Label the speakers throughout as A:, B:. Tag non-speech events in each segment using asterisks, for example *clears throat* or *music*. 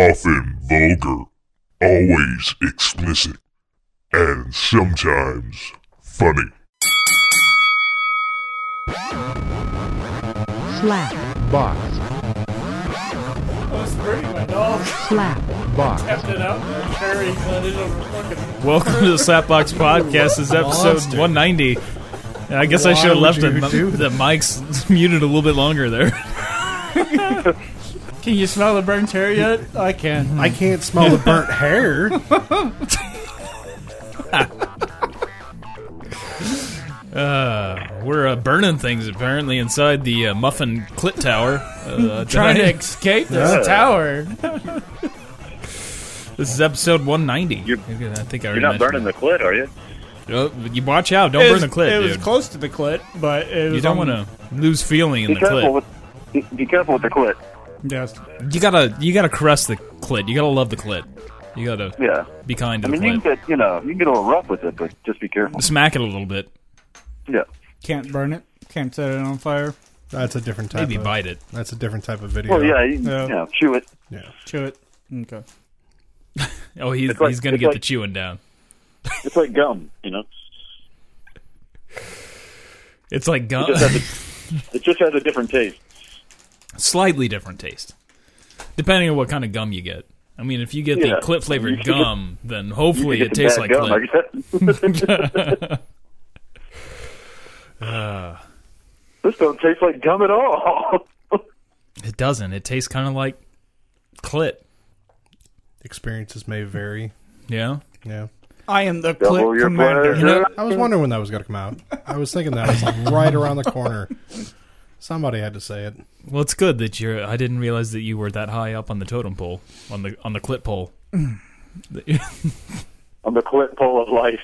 A: often vulgar, always explicit, and sometimes funny.
B: Slap box.
C: was great. My dog
B: Slap box.
C: kept it up. and Carrie let it over fucking.
D: Welcome to the Slapbox Podcast. This is episode
E: Monster.
D: 190. And I guess I
E: Why
D: should have left
E: would you
D: it-
E: do
D: the mic's *laughs* muted a little bit longer there.
C: *laughs* Can you smell the burnt hair yet? I can.
E: I can't smell the burnt *laughs* hair.
D: We're uh, burning things apparently inside the uh, Muffin Clit Tower.
C: *laughs*
D: Uh,
C: Trying to
D: tonight.
C: escape this tower.
D: *laughs* This is episode 190.
F: You're-
D: I think I
F: You're not burning the clit, are you?
D: Oh, You watch out! Don't
C: It
D: burn
C: was-
D: the clit,
C: It was
D: dude.
C: close to the clit, but it was
D: you don't
C: on-
D: want to lose feeling in
F: Be
D: the
F: careful
D: clit.
F: with be, be careful with the clit.
C: Yes.
D: You gotta, you gotta caress the clit. You gotta love the clit. You gotta
F: Yeah,
D: be kind
F: I
D: to
F: mean
D: the
F: you can
D: clit.
F: get you know you can get a little rough with it, but just be careful.
D: Smack it a little bit.
F: Yeah,
C: Can't burn it. Can't set it on fire.
E: That's a different type.
D: Maybe
E: of,
D: bite it.
E: That's a different type of video.
F: well yeah, you,
C: Yeah.
F: you know chew it.
E: Yeah.
C: Chew it. Okay.
D: Oh, he's,
F: It's like-
D: he's gonna
F: it's
D: get the
F: like-
D: chewing down.
F: It's like gum, you know.
D: It's like gum.
F: It just has a, it just has a different taste.
D: *laughs* slightly different taste, depending on what kind of gum you get. I mean, if you get
F: Yeah.
D: the clit flavored
F: *laughs* You
D: gum, then hopefully
F: You
D: it
F: get the
D: tastes
F: bad
D: like
F: gum,
D: clit.
F: I guess.
D: *laughs*
F: *laughs* This don't taste like gum at all. *laughs*
D: It doesn't. It tastes kind of like clit.
E: Experiences may vary.
D: Yeah.
E: Yeah.
C: I am the
F: Double
C: clit
F: your
C: commander.
F: pleasure.
E: I was wondering when that was going to come out. I was thinking that. It's like right around the corner. Somebody had to say it.
D: Well, it's good that you're. I didn't realize that you were that high up on the totem pole on the on the clit pole. *laughs*
F: On the clit pole of life.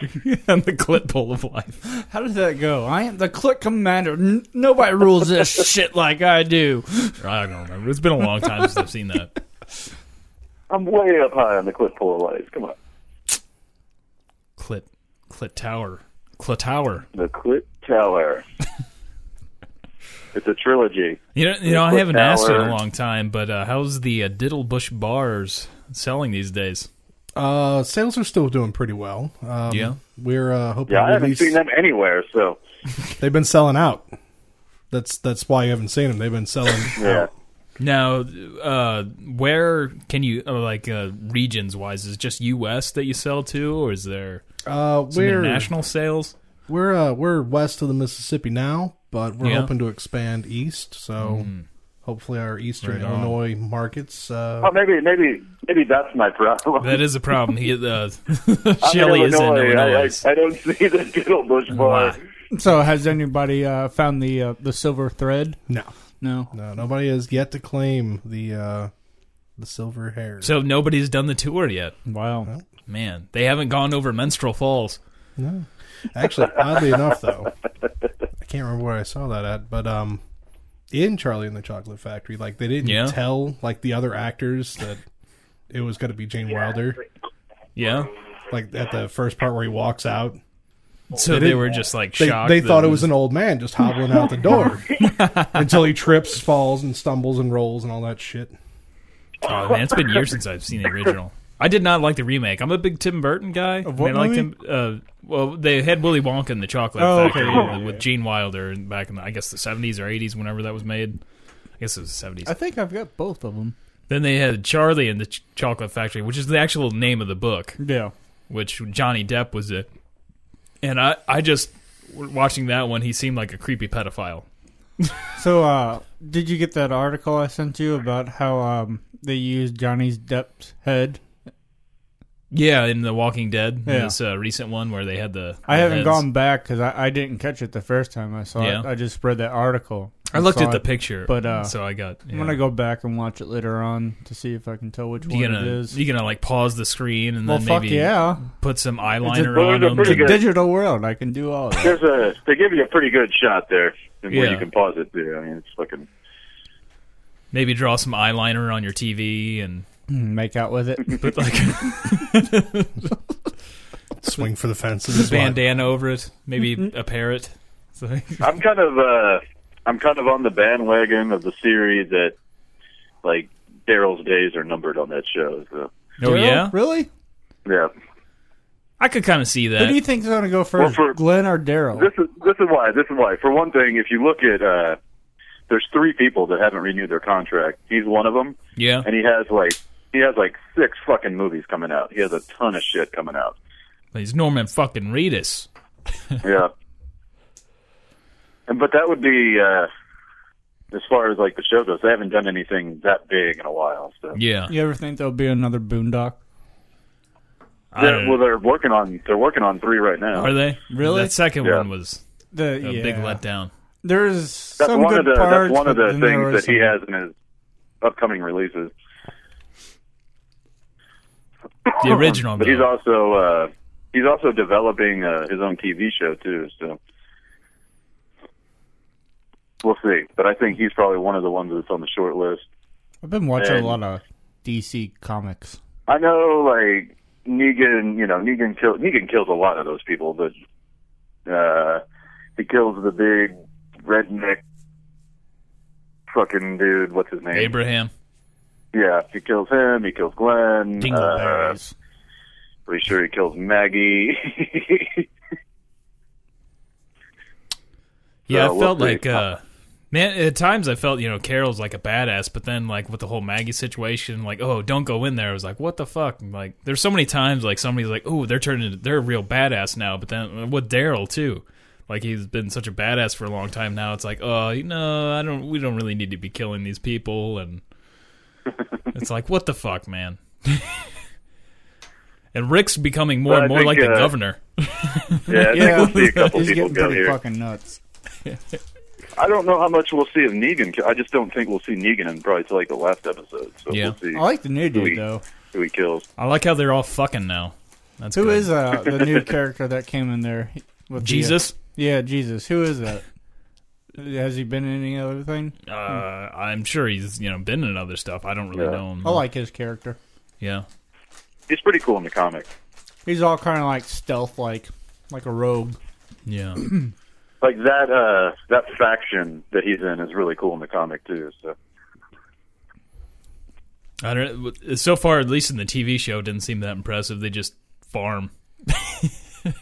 D: on the clit pole of life.
C: How does that go? I am the clit commander. N- nobody
F: *laughs*
C: rules this shit like I do.
D: I don't remember. It's been a long time since I've seen
F: *laughs*
D: that.
F: I'm way up high on the clit pole of life. Come on,
D: Clit clit tower. Clit tower.
F: the clit
D: *laughs*
F: tower. it's a trilogy.
D: You know, you know, I
F: Clit
D: haven't asked you in a
F: tower.
D: long time, but uh, how's the uh, Diddlebush bars selling these days?
E: Uh, sales are still doing pretty well. Um,
D: Yeah.
E: We're uh, hoping
F: Yeah,
E: to
F: I haven't
E: release-
F: seen them anywhere. So
E: They've been selling out. That's that's why you haven't seen them. They've been selling.
F: yeah.
E: out.
D: Now, uh, where can you uh, like uh, regions wise? Is it just U.S. that you sell to, or is there
E: Uh,
D: some
E: we're
D: international sales?
E: We're uh, we're west of the Mississippi now, but we're
D: Yeah. Mm-hmm.
E: hoping to expand east. So hopefully, our eastern
D: Right on.
E: Illinois markets. Uh,
F: Oh, maybe, maybe, maybe that's my problem. *laughs*
D: That is a problem.
E: *laughs*
D: He, uh,
F: I'm
D: Shelly is in Illinois.
F: I, I, I don't *laughs* see the Diddlebush bar.
D: Why?
C: So, has anybody uh, found the uh, the silver thread?
E: no,
C: No.
E: no, nobody has yet to claim the uh, the silver hair.
D: So nobody's done the tour yet.
C: Wow.
D: Man, they haven't gone over Menstrual Falls.
E: no, actually, oddly enough, though, I can't remember where I saw that at, but um, in Charlie and the Chocolate Factory, like they didn't
D: Yeah.
E: tell like the other actors that it was going to be Gene Wilder.
D: Yeah,
E: Like at the first part where he walks out,
D: so
E: They
D: they,
E: didn't-
D: were just like
E: they,
D: shocked.
E: they
D: that
E: thought it was an old man just hobbling out the door until he trips, falls, and stumbles and rolls and all that shit.
D: Oh man, it's been years since I've seen the original. I did not like the remake. I'm a big Tim Burton guy. Of I
C: what
D: mean, I
C: movie?
D: liked him. Uh, well, they had Willy Wonka and the Chocolate
C: Oh,
D: Factory
C: okay, yeah,
D: with Gene Wilder and back in the, I guess the 70s or 80s, whenever that was made. I guess it was the 70s.
C: I think I've got both of them.
D: then they had Charlie and the Ch- Chocolate Factory, which is the actual name of the book,
C: Yeah.
D: which Johnny Depp was it. And I, I just watching that one, he seemed like a creepy pedophile.
C: So, uh, did you get that article I sent you about how um, they used Johnny's Depp's head?
D: Yeah, in The Walking Dead,
C: Yeah.
D: this uh, recent one where they had the.
C: I
D: the
C: haven't
D: heads.
C: gone back because I, I didn't catch it the first time I saw
D: Yeah.
C: it. I just read that article.
D: I looked
C: saw
D: at the
C: it.
D: picture,
C: but, uh,
D: so I got.
C: I'm
D: yeah.
C: gonna go back and watch it later on to see if I can tell which one
D: You
C: it
D: gonna
C: is.
D: you gonna like pause the screen and
C: well,
D: then
C: fuck
D: maybe
C: yeah!
D: put some
C: It's
D: eyeliner
C: a-
F: Well,
D: on
F: they're
D: them.
F: pretty
D: and-
F: good.
C: Digital world, I can do all that.
F: There's a, they give you a pretty good shot there, and where
D: Yeah.
F: you can pause it too. I mean, it's fucking.
D: Maybe draw some eyeliner on your TV and
C: Make out with it.
D: put
C: *laughs*
D: like
E: Swing for the fences.
D: a
E: is what-
D: bandana over it. Maybe
C: Mm-hmm.
D: a parrot. So,
C: *laughs*
F: I'm kind of, uh, I'm kind of on the bandwagon of the series that, like, Daryl's days are numbered on that show. So
D: *laughs* Oh
C: Daryl?
D: yeah,
C: really?
F: yeah,
D: I could kind of see
C: Who do you
D: that.
C: think's going to go first,
F: for-
C: Glenn or Daryl?
F: this is this is why this is why. For one thing, if you look at uh, there's three people that haven't renewed their contract. He's one of them,
D: Yeah,
F: and he has like he has like six fucking movies coming out. He has a ton of shit coming
C: *laughs*
F: out.
D: he's Norman fucking Reedus.
F: yeah. And but that would be uh, as far as like the show goes. They haven't done anything that big in a while. So
D: Yeah,
C: You ever think there'll be another Boondock?
D: I
F: they're,
D: don't-
F: well, they're working on they're working on three right now.
D: are they
C: Really?
D: That second
F: Yeah.
D: one was
C: The
D: a
C: yeah.
D: big letdown.
C: There's
F: that's
C: some
F: one
C: good
F: of the
C: parts.
F: that's one of
C: but
F: the
C: then there
F: things
C: was
F: that he
C: some-
F: has in his upcoming releases.
D: The original,
F: But he's
D: though.
F: also uh, he's also developing uh, his own TV show too. So we'll see. But I think he's probably one of the ones that's on the short list.
C: I've been watching
F: and-
C: a lot of DC comics.
F: I know, like Negan, you know, Negan kills Negan kills a lot of those people, but uh, he kills the big redneck fucking dude. What's his name?
D: Abraham.
F: Yeah, he kills him. He kills Glenn. Uh,
D: Dingleberries.
F: pretty sure he kills Maggie. *laughs*
D: Yeah,
F: So
D: I
F: we'll
D: felt
F: see.
D: like uh man at times I felt, you know, Carol's like a badass, but then like with the whole Maggie situation, like, oh, don't go in there. I was like, what the fuck? And, like there's so many times like somebody's like, Oh, they're turning into they're a real badass now, but then uh, with Daryl too. Like he's been such a badass for a long time now. It's like, oh, you know, I don't we don't really need to be killing these people
F: *laughs*
D: and it's like, what the fuck, man? *laughs* and Rick's becoming more
F: But I
D: and more
F: think,
D: like the
F: uh,
D: governor.
F: *laughs* yeah, I think
C: *laughs* Yeah.
F: we'll see a couple
C: He's
F: people
C: getting
F: go
C: pretty
F: here.
C: fucking nuts.
F: I don't know how much we'll see of Negan. 'cause I just don't think we'll see Negan in probably till like the last episode. So
D: Yeah.
F: we'll see
C: Oh, I like the new dude
F: Sweet.
C: though.
F: who he kills.
D: I like how they're all fucking now. That's
C: Who
D: good.
C: is uh, the new character that came in there? With the, uh,
D: Jesus?
C: yeah, Jesus. Who is
D: *laughs*
C: that? Has he been in any other thing?
D: Uh, I'm sure he's you know been in other stuff. I don't really
F: Yeah.
D: know him.
C: Oh, I like his character.
D: yeah,
F: He's pretty cool in the comic.
C: He's all kind of like stealth, like like a rogue.
D: yeah.
F: Like that uh that faction that he's in is really cool in the comic too. So
D: I don't. So far, at least in the TV show, it didn't seem that impressive. They just farm. *laughs*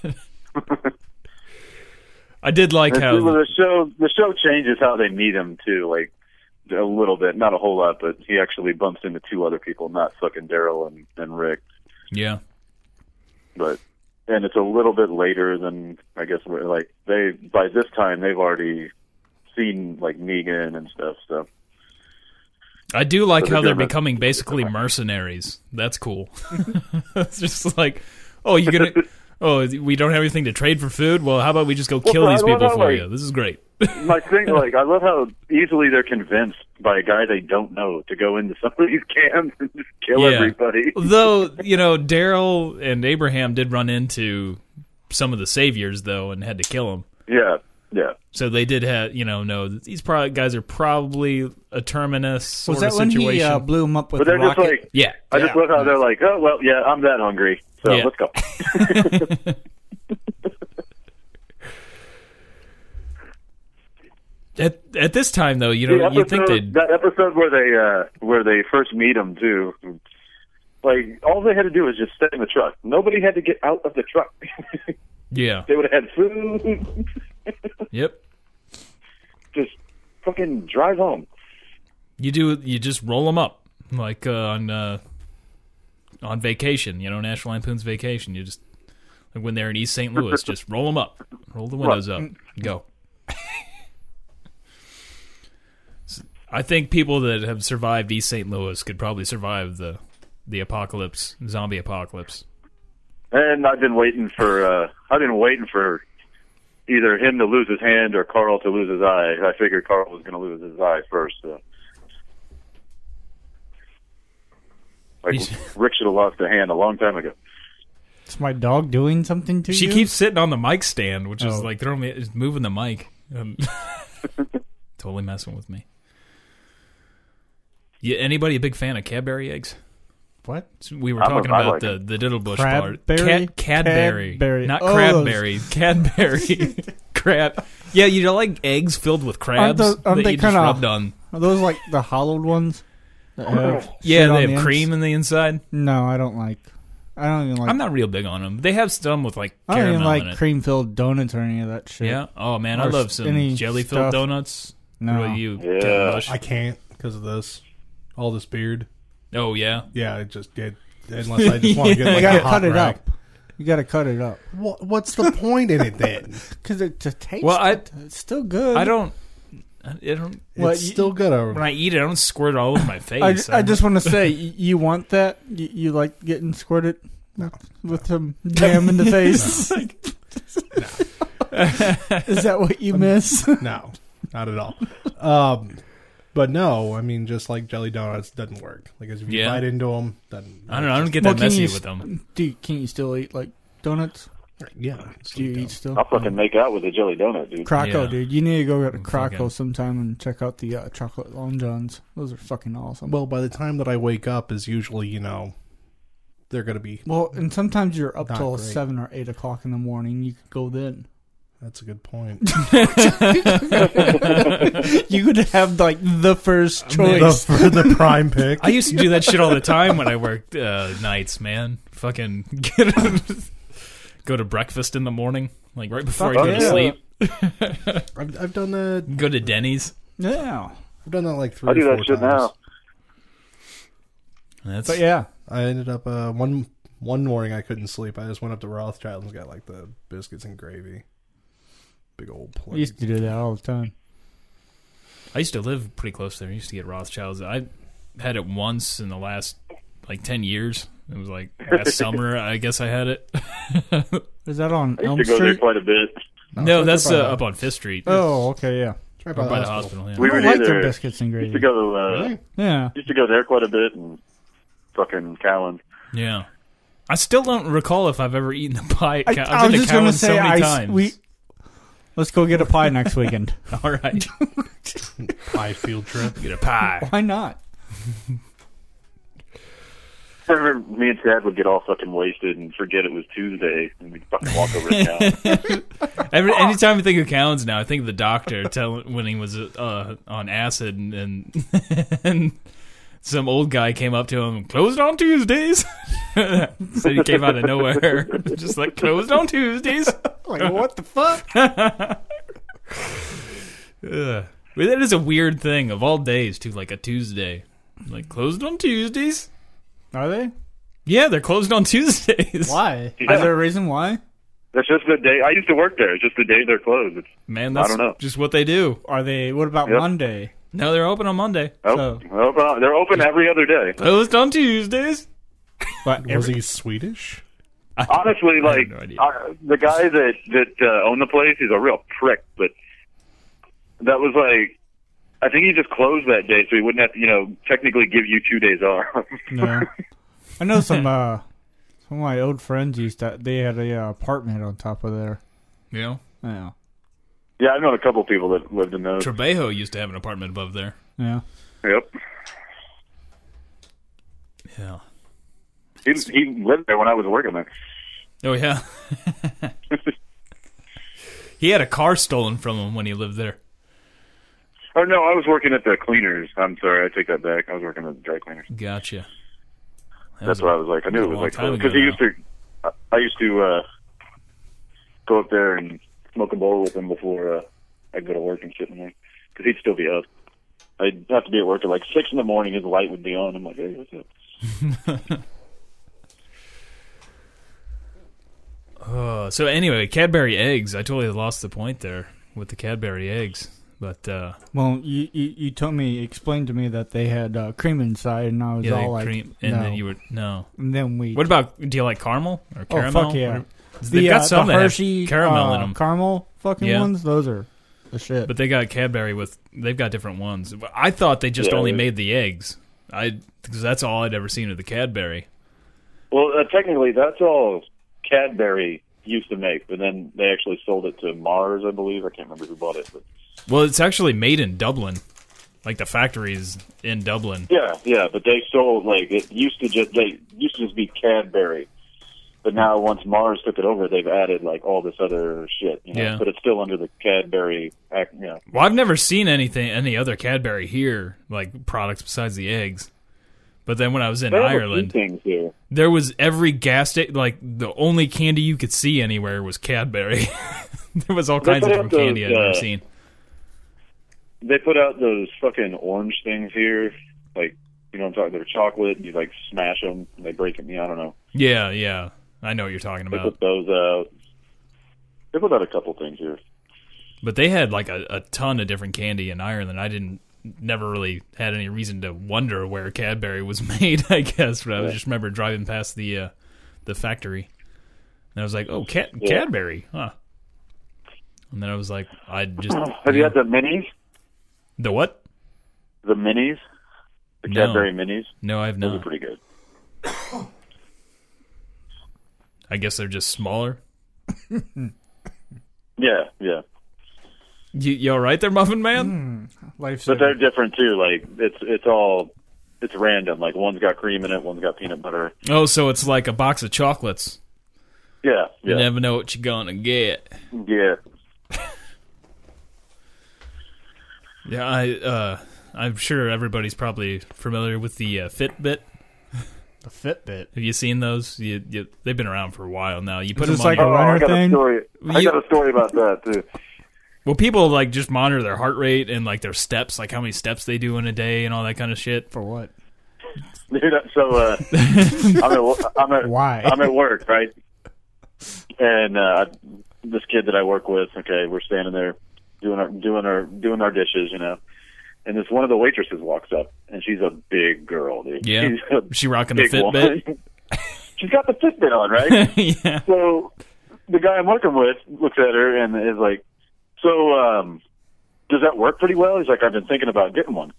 D: I did like
F: And see,
D: how
F: well, the show the show changes how they meet him too, like a little bit, not a whole lot, but he actually bumps into two other people, not fucking Daryl and, and Rick.
D: yeah
F: But and it's a little bit later than I guess we're like they by this time they've already seen like Negan and stuff, so
D: I do like
F: But the
D: how they're
F: German-
D: becoming basically mercenaries. That's cool. *laughs* it's just like oh you gonna oh we don't have anything to trade for food. Well, how about we just go kill
F: so I
D: these
F: don't
D: people
F: know,
D: for
F: like-
D: you? This is great.
F: My thing, like, I love how easily they're convinced by a guy they don't know to go into some of these camps and just kill
D: Yeah.
F: everybody.
D: Though, you know, Daryl and Abraham did run into some of the saviors though and had to kill them.
F: Yeah, yeah.
D: So they did have, you know, no, these pro- guys are probably a terminus sort
C: Was that
D: of
C: when
D: situation.
C: he uh, blew him up with
F: But they're
C: a rocket?
F: just like,
D: yeah.
F: I just love how they're like, oh well, yeah, I'm that hungry, so
D: Yeah.
F: let's go.
D: At, at this time though, you
F: The
D: know, you think
F: episode-
D: they'd
F: that episode where they uh, where they first meet him too. Like all they had to do was just stay in the truck. Nobody had to get out of the truck. *laughs*
D: yeah.
F: they would have had food. *laughs*
D: Yep.
F: just fucking drive home.
D: You do you just roll them up like uh, on uh on vacation, you know, National Lampoon's Vacation. You just like when they're in East St. Louis, just roll them up, roll the windows up, go. S- I think people that have survived East St. Louis could probably survive the the apocalypse, zombie apocalypse.
F: And I've been waiting for uh I've been waiting for either him to lose his hand or Carl to lose his eye. I figured Carl was going to lose his eye first. So. Like
D: He's-
F: Rick should have lost a hand a long time ago.
C: Is my dog doing something to
D: She
C: you?
D: keeps sitting on the mic stand, which is
C: Oh.
D: like they're only is moving the mic.
C: *laughs*
D: Um, *laughs* totally messing with me. Yeah, anybody a big fan of Cadbury eggs?
C: what?
D: We were
F: I'm a-
D: talking
F: I
D: about
F: like
D: the, the Diddle Bush part.
C: Crabberry?
D: Cat, Cadbury.
C: Cadbury.
D: Not
C: Oh, those- *laughs*
D: crabberry. Cadbury. Crab. Yeah, you know, like eggs filled with crabs
C: Aren't those- aren't
D: that
C: they
D: you just
C: kinda-
D: rubbed on.
C: Are those like the hollowed ones? that have
D: Uh, Yeah,
C: shit on
D: they
C: the
D: have
C: Hmm. ins-
D: cream in the inside.
C: No, I don't like. I don't even like.
D: I'm not real big on them. They have some with like
C: I don't
D: caramel
C: even
D: in
C: like
D: it.
C: cream filled donuts or any of that shit.
D: Yeah. Oh man, I
C: Or
D: love
C: s-
D: some
C: any
D: jelly
C: stuff.
D: filled donuts.
C: No.
D: Really, you
F: Yeah.
D: get mush.
E: I can't because of this, all this beard.
D: Oh yeah.
E: Yeah, it just it, unless I just want to
D: Yeah,
E: get
D: you
E: like
C: gotta
E: a hot
C: cut it
E: rack.
C: up. You got to cut it up
E: Wha- what's the point in it *laughs* then?
C: because it to taste.
D: Well, I-
C: it's still good.
D: I don't. I don't.
C: Well,
E: it's
C: you-
E: still good.
D: When
E: Over.
D: I eat it, I don't squirt it all over my
C: I,
D: face.
C: I just want to *laughs* say, y- you want that? You, you like getting squirted with some jam *laughs* in the face? Is that what you miss? *laughs*
E: No, not at all. Um, but no, I mean, just like jelly donuts doesn't work. Like if you
D: Yeah.
E: bite into them, doesn't.
D: I don't know. I don't get
C: Well,
D: that
C: can
D: messy
C: you
D: with
C: s- *laughs*
D: them.
C: Do you, can you still eat like donuts?
E: Yeah,
C: Do you eat still?
F: I'll fucking make out with a jelly donut, dude.
C: Croco,
D: Yeah.
C: Mm. dude, you need to go get a
D: fucking-
C: Croco sometime and check out the uh, chocolate long johns. Those are fucking awesome. Well,
E: Well, by the time that I wake up is usually you know they're gonna be.
C: and sometimes you're up
E: Not
C: till
E: great.
C: seven or eight o'clock in the morning. You could go then. *laughs*
E: That's a good point.
C: You could have like the first
E: the,
C: choice.
E: for the prime
C: *laughs*
E: pick.
D: I used to do that shit all the time when I worked uh, nights, man. Fucking get go to breakfast in the morning, like right before I go
F: yeah.
D: to sleep.
E: I've, I've done that.
D: Go to Denny's.
C: Yeah,
E: I've done that like three.
F: I do
E: or
F: that
E: four
F: shit
E: times.
F: now.
D: That's
C: but yeah,
E: I ended up uh, one one morning I couldn't sleep. I just went up to Rothschild and got like the biscuits and gravy, big old
C: I
E: plate.
C: used to do that all the time.
D: I used to live pretty close there. I used to get Rothschilds. I had it once in the last like ten years. It was like
C: *laughs*
D: last summer. I guess I had it.
C: Is that on
F: I
C: Elm
F: used to go there
C: Street?
F: quite a bit.
D: No, that's uh,
E: by the-
D: up on Fifth Street.
C: Oh, okay, yeah.
E: It's right
D: Or by the hospital. yeah.
F: We
C: I
F: would
C: like their
F: either
C: biscuits and
F: used to
C: gravy.
F: go to uh,
E: Really?
C: Yeah,
F: used to go there quite a bit and fucking Cowan.
D: Yeah. I still don't recall if I've ever eaten a pie. At
C: I,
D: Cow-
C: I
D: I've
C: was
D: been
C: just
D: to Cowan
C: gonna
D: so
C: say,
D: many
C: I
D: times.
C: we let's go get a pie *laughs* next weekend.
D: *laughs* All right,
E: *laughs* Pie field trip.
D: get a pie.
C: Why not?
F: I remember me and Tad would get all fucking wasted and forget it was Tuesday, and we'd fucking walk over
D: *laughs*
F: to Cowan.
D: Every anytime I think of Cowan's now, I think of the doctor *laughs* telling when he was uh, on acid and and, and *laughs* some old guy came up to him, closed on Tuesdays. *laughs* so he came out of nowhere, *laughs* just like closed on Tuesdays.
C: Like what the fuck?
D: Ugh. Well, that is a weird thing of all days to like a Tuesday, like closed on Tuesdays.
C: Are they?
D: Yeah, they're closed on *laughs* Tuesdays.
C: Why?
F: Yeah.
C: Is there a reason why?
F: That's just the day I used to work there. It's just the day they're closed. It's,
D: Man,
F: I
D: that's
F: don't know.
D: just what they do.
C: Are they? What about
F: Yep.
C: Monday? *laughs*
D: No, they're open on Monday.
F: oh,
C: So-
F: well, well, they're open every other day.
D: Closed on Tuesdays.
C: But
E: Was
C: *laughs* every,
E: he Swedish?
F: Honestly,
D: I have
F: like
D: no idea.
F: I, the guy that that uh, owned the place is a real prick, but that was like. I think he just closed that day, so he wouldn't have to, you know, technically give you two days off. *laughs*
C: no. I know some uh some of my old friends used to. They had a uh, apartment on top of there.
D: Yeah.
C: Yeah,
F: yeah, I've known a couple people that lived in those.
D: Trebejo used to have an apartment above there.
C: yeah.
F: Yep.
D: Yeah.
F: He, he lived there when I was working there.
D: Oh yeah.
F: *laughs*
D: he had a car stolen from him when he lived there.
F: Oh no, I was working at the cleaners. I'm sorry, I take that back. I was working at the dry cleaners.
D: Gotcha. That
F: That's
D: was-
F: what I was like. I knew it was
D: long
F: like
D: time ago
F: because he
D: now.
F: used to. I- I used to uh, go up there and smoke a bowl with him before uh, I go to work and shit in the morning because he'd still be up. I'd have to be at work at like six in the morning. His light would be on. I'm like, hey, what's up?
D: Uh, so anyway, Cadbury eggs. I totally lost the point there with the Cadbury eggs. But uh,
C: Well, you, you you told me, explained to me that they had uh, cream inside, and I was
D: yeah,
C: all
D: the
C: like,
D: cream, and
C: no.
D: then you were no.
C: And then we.
D: What about? Do you like caramel or
C: oh
D: caramel?
C: fuck yeah!
D: Or- They've
C: the,
D: got
C: uh,
D: some
C: the
D: that have
C: Hershey
D: caramel in
C: uh,
D: 'em.
C: Caramel fucking
D: Yeah.
C: ones. Those are the shit.
D: But they got Cadbury with they've got different ones. I thought they just
F: Yeah,
D: only
F: they-
D: made the eggs. I because that's all I'd ever seen of the Cadbury.
F: Well, uh, technically, that's all Cadbury used to make, but then they actually sold it to Mars, I believe. I can't remember who bought it, but
D: Well, it's actually made in Dublin. Like the factory's in Dublin.
F: Yeah, yeah, but they sold like it used to just they used to just be Cadbury, but now once Mars took it over, they've added like all this other shit. You know?
D: Yeah.
F: but it's still under the Cadbury. act- You know,
D: Well, I've never seen anything any other Cadbury here like products besides the eggs. But then when I was in
F: They have a few
D: Ireland,
F: things here.
D: there was every gas station. Like the only candy you could see anywhere was Cadbury. *laughs* there was all
F: They
D: kinds of
F: put
D: different
F: out those,
D: candy I've never
F: uh,
D: seen.
F: They put out those fucking orange things here, like you know what I'm talking. They're chocolate. And you like smash them, and they break them. Yeah, I don't know.
D: Yeah, yeah. I know what you're talking
F: They
D: about.
F: put those out. They put out a couple things here. *clears throat*
D: But they had like a, a ton of different candy in Ireland. I didn't never really had any reason to wonder where Cadbury was *laughs* made, I guess, but I just remember driving past the uh, the factory. And I was like, "Oh, Cad-
F: Yeah.
D: Cadbury." Huh. And then I was like, I
F: *laughs*
D: just
F: Have you had the minis?
D: The what?
F: The minis? The
D: No.
F: Cadbury minis?
D: No, I've
F: Those are
D: not.
F: pretty good.
D: I guess they're just smaller.
F: Yeah, yeah.
D: You, you all right there, Muffin Man?
C: Life's
F: But they're different too. Like it's it's all it's random. Like one's got cream in it, one's got peanut butter.
D: Oh, so it's like a box of chocolates.
F: Yeah,
D: You
F: yeah,
D: never know what you're gonna get.
F: yeah.
D: Yeah, I uh, I'm sure everybody's probably familiar with the uh, Fitbit.
C: the Fitbit.
D: Have you seen those? You, you, they've been around for a while now. You put them
C: Is this
D: on.
C: like
D: your-
C: a- runner
F: Oh, I got
C: thing?
F: a story. I
D: You-
F: got a story about that too. *laughs*
D: well, people like just monitor their heart rate and like their steps, like how many steps they do in a day and all that kind of shit.
C: For what?
F: Dude, so uh, I'm at wo- I'm at
C: Why?
F: I'm at work, right? And uh, this kid that I work with, okay, we're standing there doing our doing our doing our dishes, you know. And this one of the waitresses walks up, and she's a big girl, dude.
D: Yeah.
F: she's a
D: Is she rocking the
F: big
D: Fitbit?
F: woman. *laughs* she's got the Fitbit on, right?
D: *laughs* yeah.
F: so the guy I'm working with looks at her and is like, "So, um, does that work pretty well?" He's like, "I've been thinking about getting one."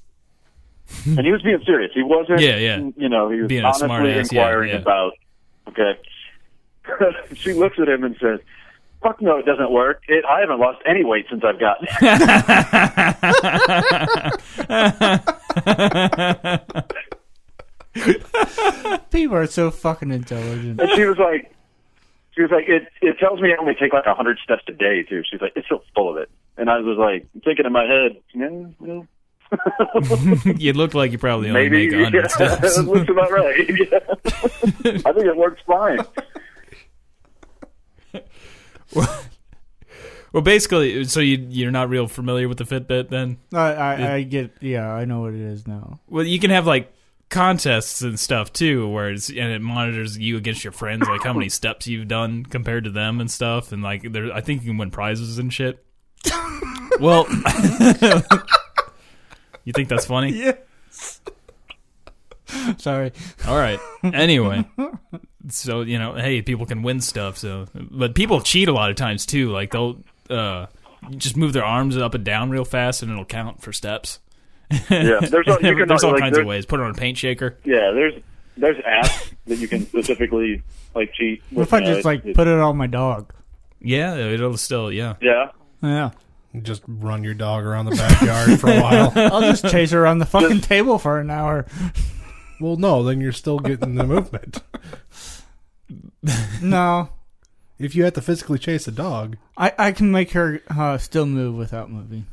F: and he was being serious. He wasn't.
D: Hmm. Yeah, yeah.
F: You know, he was
D: Being a
F: honestly
D: smartass, yeah,
F: inquiring
D: yeah.
F: about. Okay. *laughs* she looks at him and says, "Fuck no, it doesn't work. It, I haven't lost any weight since I've gotten
D: *laughs*
F: it."
C: People are so
F: *laughs*
C: fucking intelligent.
F: And she was like, she was like, it it tells me I only take like a hundred steps a day too. She's like, it's so full of it. And I was like thinking in my head, no, no.
D: you look like you probably only
F: Maybe
D: make a hundred
F: yeah, *laughs*
D: steps.
F: that looks about right. Yeah. I think it works fine.
D: Well, basically, so you you're not real familiar with the Fitbit then.
C: I, I, I get, yeah, I know what it is
D: *laughs*
C: now.
D: Well, you can have like contests and stuff too, where it's and it monitors you against your friends, like how many steps you've done compared to them and stuff, and like there, I think you can win prizes and shit. well, *laughs* you think that's funny?
C: Sorry.
D: All right. Anyway, so you know, hey, people can win stuff. So, but people cheat a lot of times too. Like they'll uh, just move their arms up and down real fast, and it'll count for steps. *laughs*
F: Yeah, there's all, you can,
D: there's all
F: like,
D: kinds
F: there's,
D: of ways. Put it on a paint shaker.
F: Yeah, there's there's apps that you can specifically like cheat.
C: What
F: With,
C: if I
F: uh,
C: just like
F: it-
C: put it on my dog?
D: Yeah, it'll still yeah.
F: Yeah,
C: Yeah.
E: Just run your dog around the backyard for a
C: *laughs*
E: while.
F: *laughs*
C: I'll just chase her around the fucking table for an hour.
E: Well, no, then you're still getting the movement.
C: No.
E: If you have to physically chase a dog,
C: I, I can make her uh, still move without moving.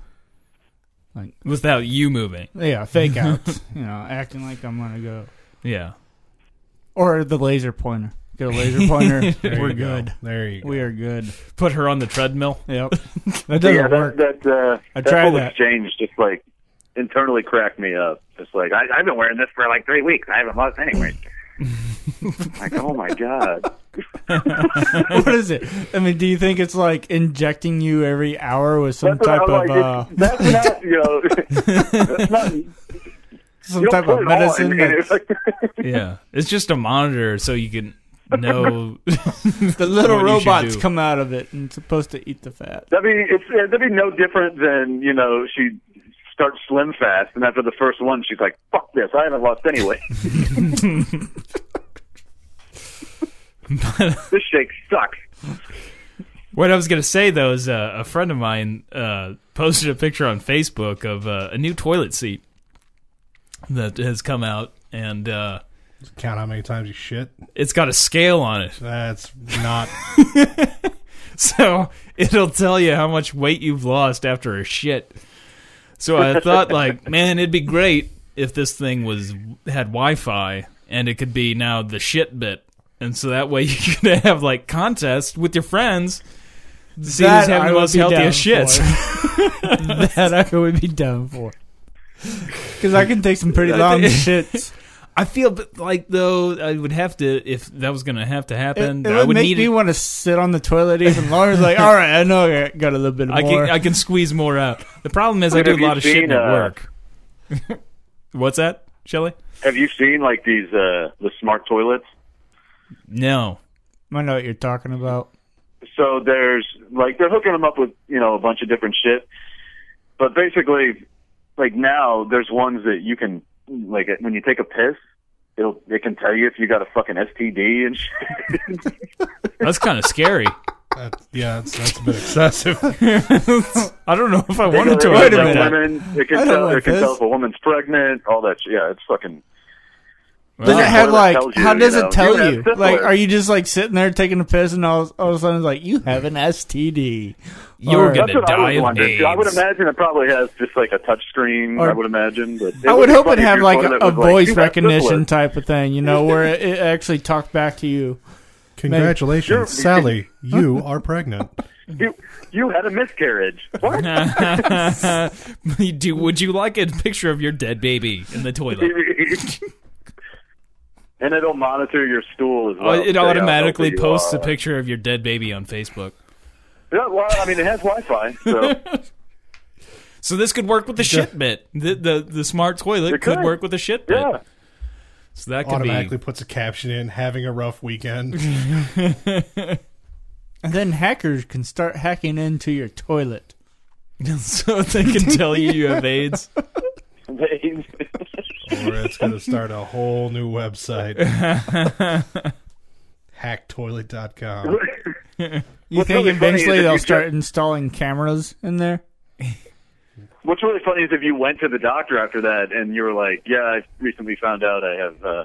C: Like,
D: without you moving.
C: yeah,
D: *laughs*
C: fake outs. you know, acting like I'm going to go.
D: Yeah.
C: Or the laser pointer. Get a laser
D: *laughs*
C: pointer.
E: there
C: We're
E: you go.
C: good.
E: There you go.
C: We are good.
D: Put her on the treadmill.
C: *laughs* Yep. That doesn't
F: yeah.
C: work.
F: That that uh,
C: I
F: that
C: tried
F: whole
C: that.
F: exchange just like internally cracked me up. Just like I, I've been wearing this for like three weeks. I haven't lost any
C: *laughs*
F: weight. like oh my god.
C: *laughs* what is it? I mean, do you think it's like injecting you every hour with some
F: That's what
C: type
F: I'm
C: of
F: like,
C: uh,
F: it- that's not you
C: *laughs*
F: know. that's not, you
C: some
F: don't
C: type
F: put
C: of
F: it
C: medicine?
F: on.
C: that-
D: Yeah. It's just a monitor so you can know *laughs*
C: *laughs* the little
D: what you should
C: robots
D: do.
C: come out of it and it's supposed to eat the fat.
F: That'd be it's uh, that'd be no different than you know she starts slim fast, and after the first one, she's like, "Fuck this! I haven't lost any weight. *laughs* this shake sucks."
D: What I was gonna say though is uh, a friend of mine uh, posted a picture on Facebook of uh, a new toilet seat that has come out, and uh,
E: Count how many times you shit.
D: it's got a scale on it,
E: That's not.
D: *laughs* so it'll tell you how
C: *laughs*
D: much weight you've lost after a shit. So I thought, like, man, it'd be great if this thing was had Wi-Fi and it could be now the shit bit, and so that way *laughs* you could have like contests with your friends to see who's
C: That
D: having
C: I
D: the
C: would
D: most
C: be
D: healthiest
C: down
D: shits.
C: for. *laughs* that I would be down for. Because I can take some pretty
D: I
F: *laughs*
C: long
D: think-
C: shits.
D: *laughs* I feel but, like though I would have to if that was gonna have to
C: It,
D: happen.
C: it
D: I
C: would,
D: would
C: make
D: need
C: me
D: it-
C: want to sit on the toilet even longer. It's *laughs* like, all right, I know I got a little bit more.
D: I can I can squeeze more out. The problem is
F: I
D: I,
F: mean,
D: do
F: have
D: a
F: you
D: lot of shit
F: seen,
D: at
F: uh,
D: work. *laughs* What's that, Shelly?
F: Have you seen like these uh the smart toilets?
D: No.
C: I know what you're talking about.
F: so there's like they're hooking them up with you know a bunch of different shit but basically like now there's ones that you can like when you take a piss it'll it can tell you if you got a fucking std and shit
D: That's kind of scary.
E: That's, yeah, that's, that's a bit excessive.
D: I don't know if I wanted to.
C: Wait a
D: admit
C: minute.
D: that.
F: women, it
C: I
F: can
C: don't
F: tell
C: want
F: it can
C: this.
F: tell if a woman's pregnant all that shit. yeah it's fucking
C: Does it
D: Wow.
C: have
F: Toilet
C: like?
F: tells you,
C: how does
F: you
C: it
F: know,
C: tell
F: you have
C: you?
F: syphilis.
C: Like, are you just like sitting there taking a piss, and all, all of a sudden it's like you have an STD,
D: You're
C: Or-
D: gonna-
F: that's what
D: die
F: I
D: of
F: would wonder. too. I would
D: AIDS.
F: imagine it probably has just like a touch screen.
C: Or-
F: I would imagine, but
C: I would
F: be
C: hope
F: funny
C: it'd
F: if
C: have
F: your
C: like a,
F: toilet
C: a
F: was like,
C: voice
F: "You got
C: recognition
F: syphilis."
C: type of thing, you know, where it, it actually talked back to you.
E: Congratulations,
F: You're-
E: Sally. You are pregnant.
F: You, you had a
C: *laughs*
F: miscarriage. What? *laughs*
D: Do would *laughs* you like a picture of your dead baby in the
F: *laughs*
D: toilet? Uh,
F: and it'll monitor your stool as well.
D: it
F: Say how
D: automatically
F: healthy you
D: posts a
F: are.
D: picture of your dead baby on Facebook.
F: Yeah, well, I mean, it has Wi-Fi, so
C: *laughs*
D: So this could work with
F: *laughs*
D: the shit bit. The the, the smart toilet
F: It
D: could.
F: could.
D: work with the shit bit.
F: yeah. *laughs*
D: So that could
E: Automatically
D: be.
E: puts a caption in, having a rough weekend.
C: And then hackers can start hacking into your toilet.
D: *laughs* so they can tell you you
F: *laughs*
D: have AIDS.
E: or it's going to start a whole new website. Hacktoilet.com.
F: *laughs*
C: You
F: What's
C: think
F: really funny is
C: eventually
F: if
C: they'll
F: you
C: start
F: just-
C: installing cameras in there?
F: What's really funny is if you went to the doctor after that and you were like, "Yeah, I recently found out I have uh,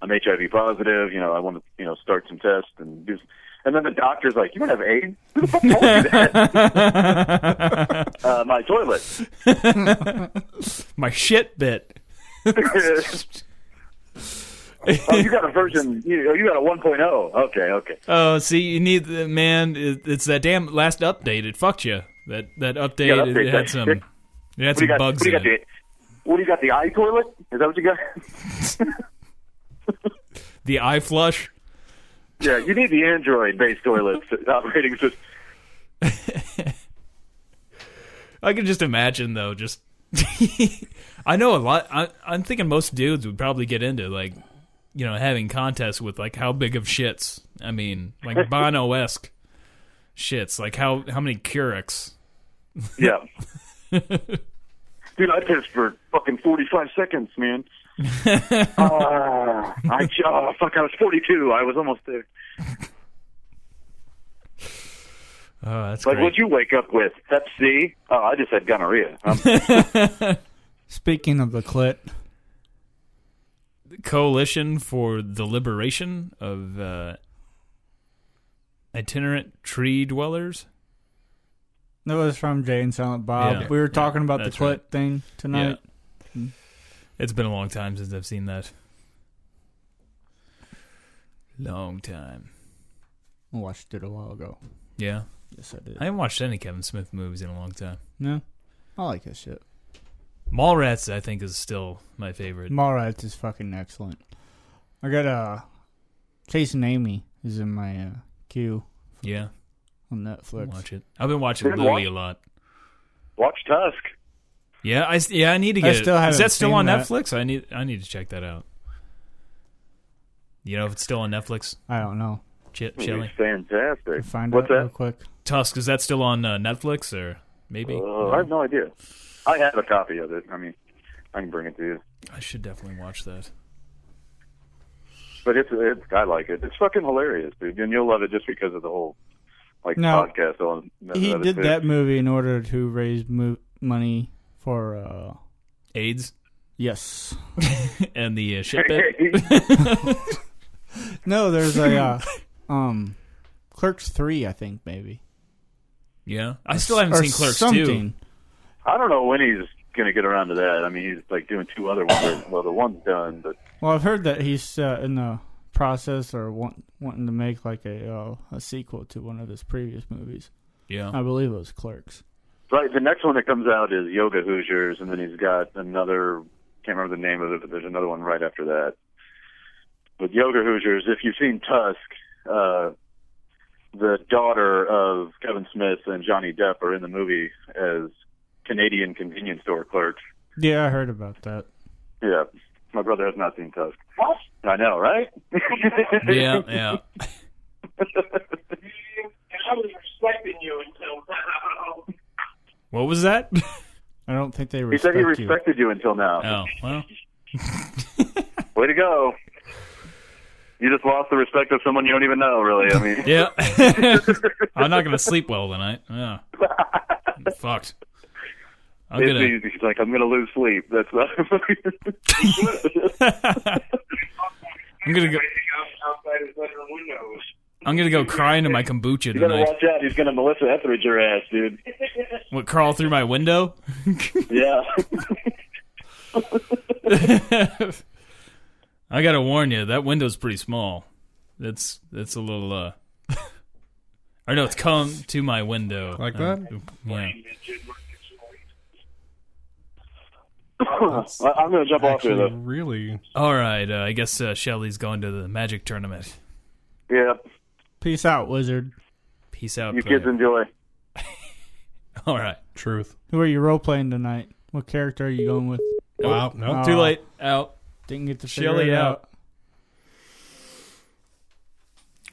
F: I'm HIV positive. You know, I want to you know start some tests and do." Some, and then the doctor's like, "You don't have AIDS? Who the fuck told you
D: *laughs*
F: that?" uh, my toilet.
D: My shit bit.
F: oh, you got a version. You, oh, you got a 1.0. Okay, okay.
D: Oh, see, you need the man. It, it's that damn last update. It fucked you. That that update.
F: Yeah,
D: it,
F: update
D: had
F: that
D: some.
F: shit.
D: It had
F: What do
D: some
F: you got?
D: bugs
F: what do you
D: in
F: got?
D: it.
F: The, what do you got? The eye toilet? Is that what you got? *laughs*
D: The eye flush.
F: yeah, you need the Android-based toilet operating system.
D: I can just imagine though. Just *laughs* I know a lot. I, I'm thinking most dudes would probably get into like, you know, having contests with like how big of shits. I mean, like Bono esque shits. Like how how many Keurigs.
F: Yeah. *laughs* Dude, I pissed for fucking 45 seconds,
C: *laughs*
F: man. Ah, I, ch- oh, fuck, I was 42. I was almost there.
D: Oh, that's
F: Like,
D: great.
F: what'd you wake up with? Hep C? Oh, I just had gonorrhea.
C: *laughs*
F: Um,
C: Speaking of the clit,
D: Coalition for the Liberation of uh, Itinerant Tree Dwellers.
C: that was from Jay and Silent Bob.
D: Yeah.
C: we were talking about the
D: That's
C: clit
D: right.
C: thing tonight.
D: Hmm. It's been a long time since I've seen that. Long time.
C: I watched it a while ago.
D: Yeah.
C: Yes, I did.
D: I haven't watched any Kevin Smith movies in a long time.
C: no, I like that shit.
D: Mallrats, I think, is still my favorite.
C: Mallrats is fucking excellent. I got uh, Chasing Amy is in my uh, queue
D: Yeah,
C: on Netflix.
D: watch it. I've been watching
F: Good
D: Louie
F: one.
D: a lot.
F: watch Tusk.
D: Yeah, I s- yeah, I need to
C: I
D: get it.
C: still
D: Is
C: haven't
D: that still
C: seen
D: on
C: that.
D: Netflix? I need I need to check that out. You know, if it's still on Netflix,
C: I don't know.
D: Ch- Shelley.
F: It's fantastic.
C: Find
F: What's
C: out real
F: that?
C: quick.
D: Tusk is that still on uh, Netflix or maybe?
F: Oh, I have no idea. I have a copy of it. I mean, I can bring it to you.
D: I should definitely watch that.
F: But it's, it's I like it. It's fucking hilarious, dude. And you'll love it just because of the whole, like,
C: No.
F: podcast on.
C: He
F: of it,
C: did
F: too.
C: that movie in order to raise mo- money for uh,
D: AIDS *laughs*
C: yes.
D: and the uh, shit
F: *laughs*
D: bit.
C: No, there's
D: *laughs*
C: a uh, um, Clerks three, I think maybe.
D: Yeah, I still haven't
C: Or
D: seen Clerks
C: something.
D: two.
F: I don't know when he's gonna get around to that. I mean, he's like doing two other ones. well, the one's done, but
C: Well, I've heard that he's uh, in the process or want, wanting to make like a uh, a sequel to one of his previous movies.
D: Yeah.
C: I believe it was Clerks.
F: Right. The next one that comes out is Yoga Hoosiers, and then he's got another. Can't remember the name of it, but there's another one right after that. But Yoga Hoosiers, if you've seen Tusk, uh, the daughter of Kevin Smith and Johnny Depp are in the movie as Canadian convenience store clerks.
C: Yeah, I heard about that.
F: Yeah, my brother has not seen Tusk. I know, right?
D: Yeah. Yeah.
G: and I was respecting you until now.
D: What was that? *laughs*
C: I don't think they
F: he said
C: respect
F: he
C: you.
F: respected you until now.
D: Oh well.
F: Way to go! You just lost the respect of someone you don't even know, really. I mean. *laughs*
D: Yeah. I'm not gonna sleep well tonight. Yeah. I'm fucked. I'm
F: It's
D: gonna.
F: easy. She's like, I'm gonna lose sleep. That's not. *laughs*
D: I'm gonna
G: Everything
D: go.
G: else outside his bedroom windows.
D: I'm gonna go cry into my kombucha
F: you gotta
D: tonight.
F: watch out. He's gonna Melissa Etheridge your ass, dude.
D: What crawl through my window?
F: Yeah. *laughs*
D: I gotta warn you, that window's pretty small. That's that's a little uh. *laughs* Or no, it's come to my window.
E: Like
D: Um, Yeah.
F: Well, I'm gonna jump off here
E: Actually,
F: though.
E: really.
D: All right. Uh, I guess uh, Shelly's going to the magic tournament.
F: Yeah.
C: Peace out, wizard.
D: Peace out.
F: You
D: player.
F: kids enjoy.
D: *laughs* All right.
E: Truth.
C: Who are you role playing tonight? What character are you going with?
E: Wow. No.
C: Oh.
D: Too late. Out.
C: Didn't get to figure
D: Shelly
C: it
D: out.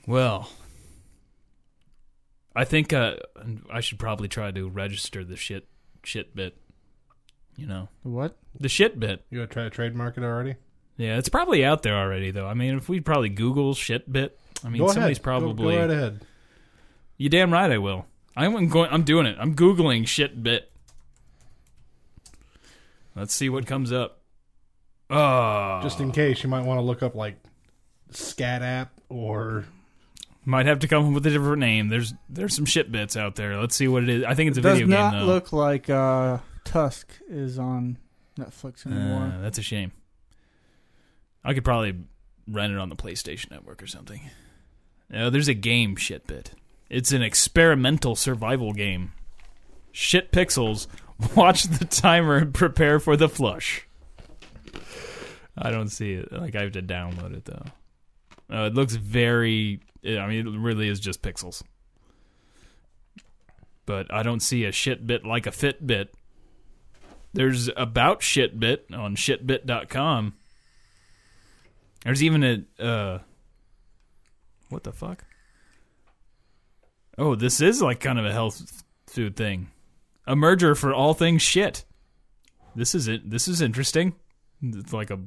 D: Well, I think uh, I should probably try to register the shit shit bit. You know,
C: What?
D: the shit bit.
E: You gotta try to trademark it already?
D: Yeah, it's probably out there already, though. I mean, if we probably Google shit bit, I mean,
E: go
D: somebody's
E: ahead. Go-
D: probably.
E: Go, right ahead.
D: You damn right I will. I'm going. I'm doing it. I'm googling shit bit. Let's see what comes up. Oh,
E: Just in case, you might want to look up like scat app or
D: might have to come up with a different name. There's there's some shit bits out there. Let's see what it is. I think it's a
C: Does
D: video
C: not
D: game though.
C: look like uh, Tusk is on Netflix anymore.
D: Uh, that's a shame. I could probably rent it on the PlayStation Network or something. No, there's a game shit bit. It's an experimental survival game. Shit pixels. *laughs* Watch the timer and prepare for the flush. I don't see it. Like I have to download it though. Uh, it looks very. I mean, it really is just pixels. But I don't see a shit bit like a Fitbit there's about shitbit on shitbit.com. There's even a uh what the fuck? Oh, this is like kind of a health food thing. A merger for all things shit. This is it. This is interesting. It's like a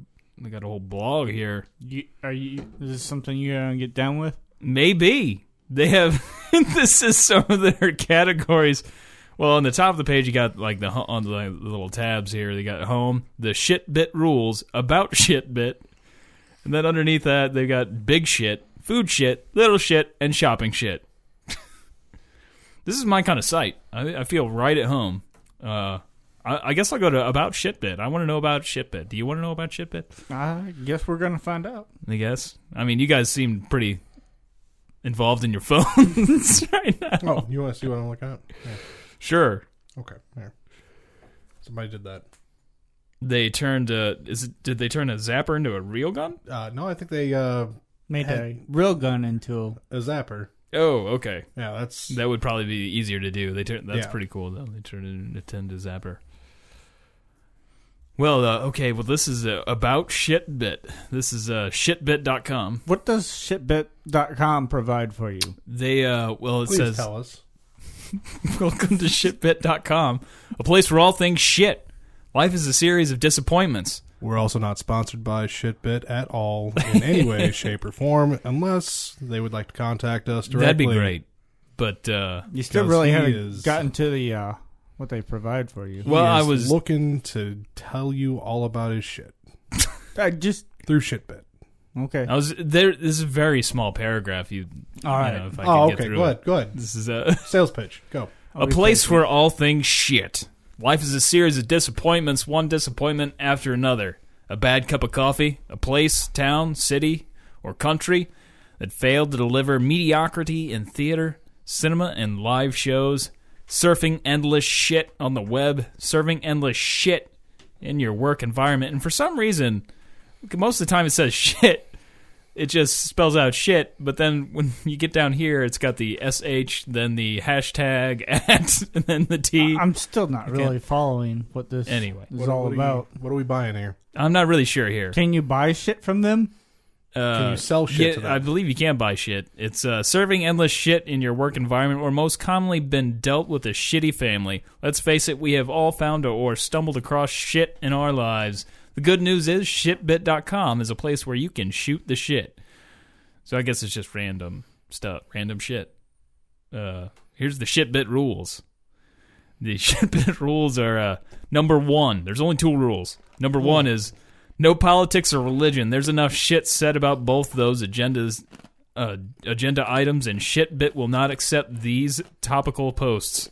D: I got a whole blog here.
C: You, are you? Is this something you're gonna get down with?
D: Maybe they have. *laughs* this is some of their categories. Well, on the top of the page, you got like the ho- on the like, the little tabs here. They got home, the shit bit rules about *laughs* shit bit, and then underneath that they got big shit, food shit, little shit, and shopping shit. *laughs* this is my kind of site. I, I feel right at home. Uh, I, I guess I'll go to about shit bit. I want to know about shit bit. Do you want to know about shit bit?
C: I guess we're gonna find out.
D: I guess. I mean, you guys seem pretty involved in your *laughs* phones *laughs* right now.
E: oh, you want to see what I'm looking at? Yeah.
D: Sure.
E: Okay, there. Somebody did that.
D: They turned a is it, did they turn a zapper into a real gun?
E: Uh, no, I think they uh,
C: Made a
E: Hey.
C: real gun into.
E: a zapper.
D: Oh, okay.
E: Yeah, that's
D: That would probably be easier to do. They turn that's
E: Yeah.
D: pretty cool though. They turned it into a zapper. Well, uh, okay, well this is uh, about shitbit. This is uh, shitbit.com.
C: What does shitbit.com provide for you?
D: They uh well it
E: please
D: says *laughs*
E: tell us.
D: Welcome to shitbit.com, a place for all things shit. Life is a series of disappointments.
E: We're also not sponsored by Shitbit at all in any *laughs* way, shape, or form, unless they would like to contact us directly.
D: That'd be great. But uh,
C: You still
E: Because
C: really
E: he
C: haven't
E: is-
C: gotten to the uh, what they provide for you.
D: well, I
E: He's
D: was
E: looking to tell you all about his shit
C: I just
E: through Shitbit.
C: okay.
D: I was there. This is a very small paragraph. You,
C: All
D: you
C: right.
D: know, if I
E: Oh,
D: can get
E: okay.
D: through
E: Go
D: it.
E: *laughs* ahead. Go ahead.
D: This is a
E: Sales pitch. Go.
D: a place for all things shit. Life is a series of disappointments, one disappointment after another. A bad cup of coffee, a place, town, city, or country that failed to deliver mediocrity in theater, cinema, and live shows. Surfing endless shit on the web, serving endless shit in your work environment. And for some reason, most of the time it says shit. It just spells out shit, but then when *laughs* you get down here, it's got the sh, then the hashtag *laughs* at, and then the t.
C: I'm still not really following what this
D: Anyway.
C: is
E: What,
C: all
E: what are you-
C: about.
E: what are we buying here?
D: I'm not really sure here.
C: Can you buy shit from them?
E: Can you sell shit to them?
D: I believe you can buy shit. It's uh, serving endless shit in your work environment, or most commonly been dealt with a shitty family. Let's face it, we have all found or stumbled across shit in our lives. The good news is, shitbit.com is a place where you can shoot the shit. So I guess it's just random stuff, random shit. Uh, here's the shitbit rules. The *laughs* shitbit rules are uh, number one. There's only two rules. Number one is no politics or religion. There's enough shit said about both those agendas, uh, agenda items, and shitbit will not accept these topical posts.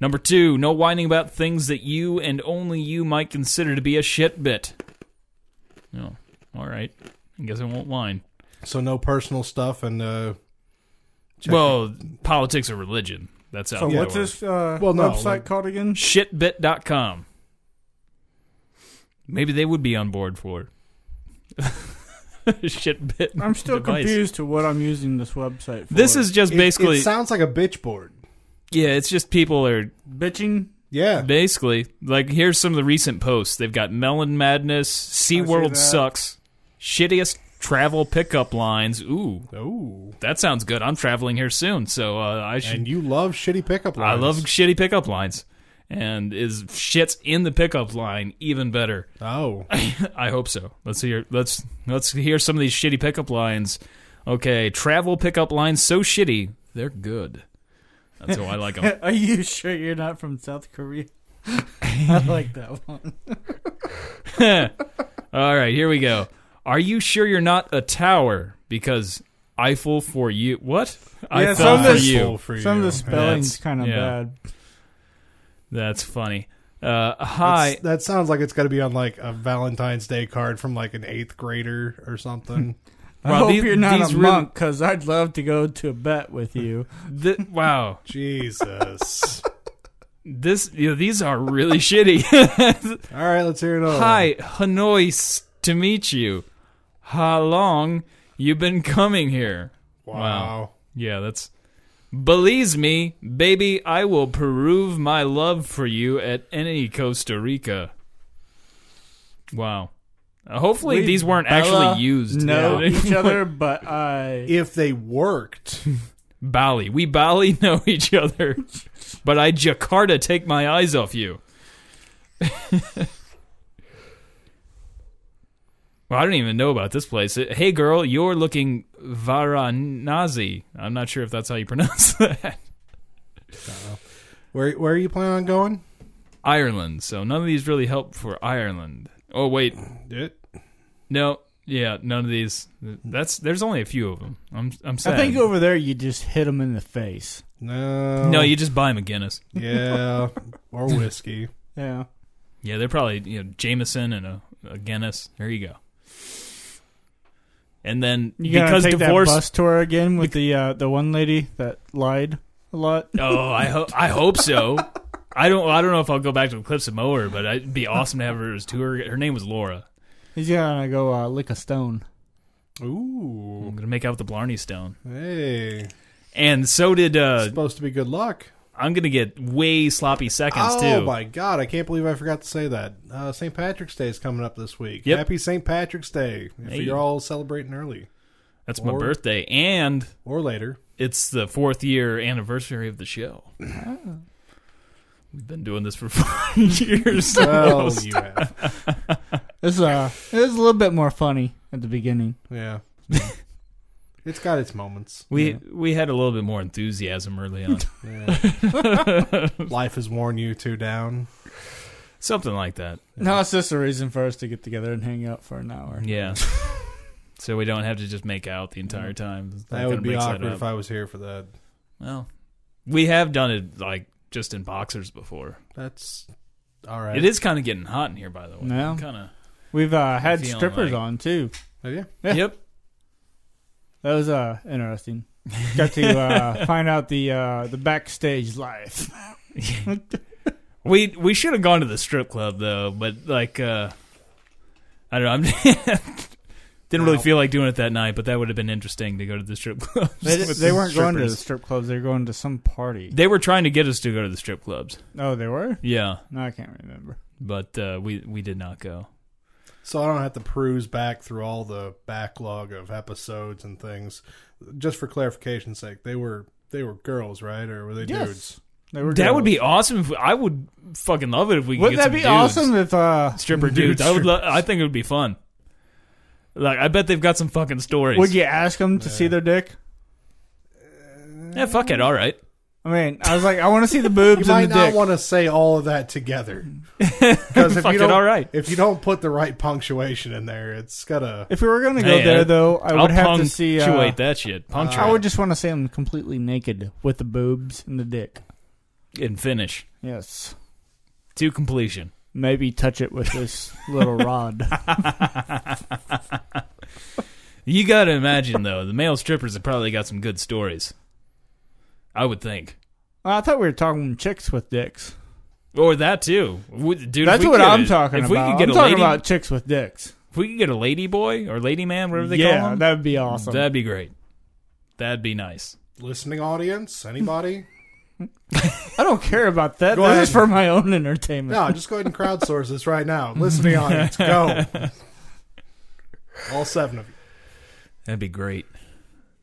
D: Number two, no whining about things that you and only you might consider to be a shitbit. No, all right. I guess I won't whine.
E: So no personal stuff and uh, check-
D: Well, politics or religion. That's out
C: So
D: the
C: what's
D: door.
C: this uh,
E: Well, no,
C: website
E: like-
C: called again?
D: Shitbit.com. Maybe they would be on board for it. *laughs* Shitbit.
C: I'm still
D: device.
C: confused to what I'm using this website for.
D: This is just
E: It-
D: basically
E: It, sounds like a bitch board.
D: yeah. It's just people are
C: bitching. *laughs*
E: Yeah.
D: basically like here's some of the recent posts. They've got Melon Madness, SeaWorld
C: that.
D: sucks, shittiest travel pickup lines. Ooh,
E: Oh.
D: that sounds good. I'm traveling here soon, so uh, I should
E: And you love shitty pickup
D: I
E: lines.
D: love shitty pickup lines. And is shit's in the pickup line even better? *laughs*
E: Oh.
D: I hope so. Let's hear let's let's hear some of these shitty pickup lines. Okay, travel pickup lines so shitty they're good. That's how I like them.
C: *laughs* Are you sure you're not from South Korea? *laughs* I like that one.
D: All right, here we go. Are you sure you're not a tower? Because Eiffel for you. What?
C: Yeah,
D: Eiffel
C: some
D: *laughs*
C: of
D: for
C: this-
D: you.
E: Full for you.
C: Some of the
D: That's-
C: spelling's kind of
D: yeah.
C: bad.
D: That's funny. Uh, hi.
E: That's- That sounds like it's got to be on like a Valentine's Day card from like an eighth grader or
D: *laughs*
E: something.
C: I
D: Well,
C: hope
D: these-
C: you're not a
D: these
C: monk
D: really-
C: monk because I'd love to go to a bet with you. *laughs*
D: Th- wow. *laughs*
E: Jesus.
D: This you know, these are
C: *laughs*
D: really shitty.
E: All right, let's hear another.
D: Hi, Hanoi, s- to meet you. How long you been coming here?
E: one. Wow.
D: Yeah, that's. Believe me, baby, I will prove my love for you at any Costa Rica. Wow. Uh, hopefully
C: We
D: these weren't
C: Bella
D: actually used.
C: Know
D: Yeah. *laughs*
C: each other, but I.
E: If they worked,
D: Bali. We Bali know each other. but I Jakarta take my eyes off you. *laughs* well, I don't even know about this place. It- Hey girl, you're looking Varanasi. I'm not sure if that's how you pronounce *laughs* that.
E: where where are you planning on going?
D: Ireland. So none of these really help for Ireland. Oh wait,
E: It,
D: no. Yeah, none of these. That's there's only a few of them. I'm I'm sad.
C: I think over there you just hit them in the face.
E: no.
D: no, you just buy them a Guinness.
E: Yeah,
D: *laughs*
E: or whiskey.
C: Yeah.
D: Yeah, they're probably you know Jameson and a, a Guinness. There you go. And then
C: You
D: because
C: gotta take
D: divorce.
C: that bus tour again with the uh, the one lady that lied a lot.
D: oh, I hope I hope so. I don't I don't know if I'll go back to Eclipse and Mower, but it'd be awesome to have her as tour. Her name was Laura.
C: He's gonna go uh, lick a stone.
E: Ooh,
D: I'm gonna make out with the Blarney Stone.
E: hey,
D: And so did uh,
E: supposed to be good luck.
D: I'm gonna get way sloppy seconds
E: oh
D: too.
E: my god, I can't believe I forgot to say that. Uh, St. Patrick's Day is coming up this week.
D: Yep.
E: Happy St. Patrick's Day if
D: Hey.
E: you're all celebrating early
D: That's my
E: Or-
D: birthday, and
E: or later.
D: it's the fourth year anniversary of the show.
E: Ah.
D: We've been doing this for *laughs* four years.
E: Well, you have.
C: This uh, it was a little bit more funny at the beginning.
E: *laughs* Yeah. it's got its moments.
D: We we had a little bit more enthusiasm
E: *laughs*
D: early on,
E: Yeah. Life has worn you two down.
D: something like that.
C: No, it's just a reason for us to get together and hang out for an hour.
D: Yeah. so we don't have to just make out the entire time.
E: That would be awkward if I was here for that.
D: Well, we have done it like just in boxers before.
E: That's all right.
D: It is kind of getting hot in here, by the way.
C: Yeah.
D: Kind of.
C: We've uh, had
D: feeling
C: strippers
D: like-
C: on too.
E: Oh, yeah.
C: Yeah.
D: Yep.
C: That was uh,
D: *laughs*
C: interesting. Got to uh, find out the uh, the
D: *laughs*
C: backstage life.
D: We we should have gone to the strip club though, but like uh I don't know. I'm *laughs* didn't really
E: Wow.
D: feel like doing it that night, but that would have been interesting to go to the strip clubs.
C: They,
D: with
C: they
D: the
C: weren't going to the
D: strippers.
C: strip clubs. They were going to some party.
D: They were trying to get us to go to the strip clubs.
C: Oh, they were?
D: Yeah,
C: No, I can't remember.
D: but uh, we we did not go.
E: So I don't have to peruse back through all the backlog of episodes and things. Just for clarification's sake, they were they were girls, right? Or were they
C: Yes.
E: dudes?
C: They were
D: That
C: girls.
D: would be awesome. If, I would fucking love it if we. Could
C: Wouldn't
D: get
C: that
D: some
C: be
D: dudes.
C: awesome if uh,
D: Stripper dudes. I would. Lo- I think it would be fun. Like I bet they've got some fucking stories.
C: would you ask them to see their dick?
D: Yeah, fuck it. All right.
C: I mean, I was like, I want to see the *laughs* boobs
E: You
C: and
E: might
C: the
E: not
C: dick.
E: want to say all of that together. Because if
D: Fuck
E: you
D: it,
E: don't,
D: all right.
E: if you don't put the right punctuation in there, it's gotta.
C: if we were gonna go
D: Hey,
C: there,
D: I-
C: though, I
D: I'll
C: would have to
D: punctuate
C: see. Uh,
D: that shit. Punctuate
C: I would just want to see them completely naked with the boobs and the dick.
D: and finish
C: Yes,
D: to completion.
C: maybe touch it with this
D: *laughs*
C: little rod.
D: You got to imagine though, the male strippers have probably got some good stories. I would think,
C: I thought we were talking chicks with dicks.
D: or that too, We- dude. if
C: That's
D: we
C: what
D: could-
C: I'm talking
D: if
C: about.
D: We could get
C: I'm
D: a
C: talking
D: lady,
C: about chicks with dicks.
D: if we could get a lady boy or lady man, whatever they call
C: yeah,
D: them,
C: that would be awesome.
D: that'd be great. That'd be nice.
E: Listening audience, anybody? *laughs*
C: I don't care about that.
E: Go
C: this
E: ahead.
C: is for my own *laughs* entertainment.
E: no, just go ahead and crowdsource this right now. Listening audience, *laughs* go. All seven of you.
D: That'd be great.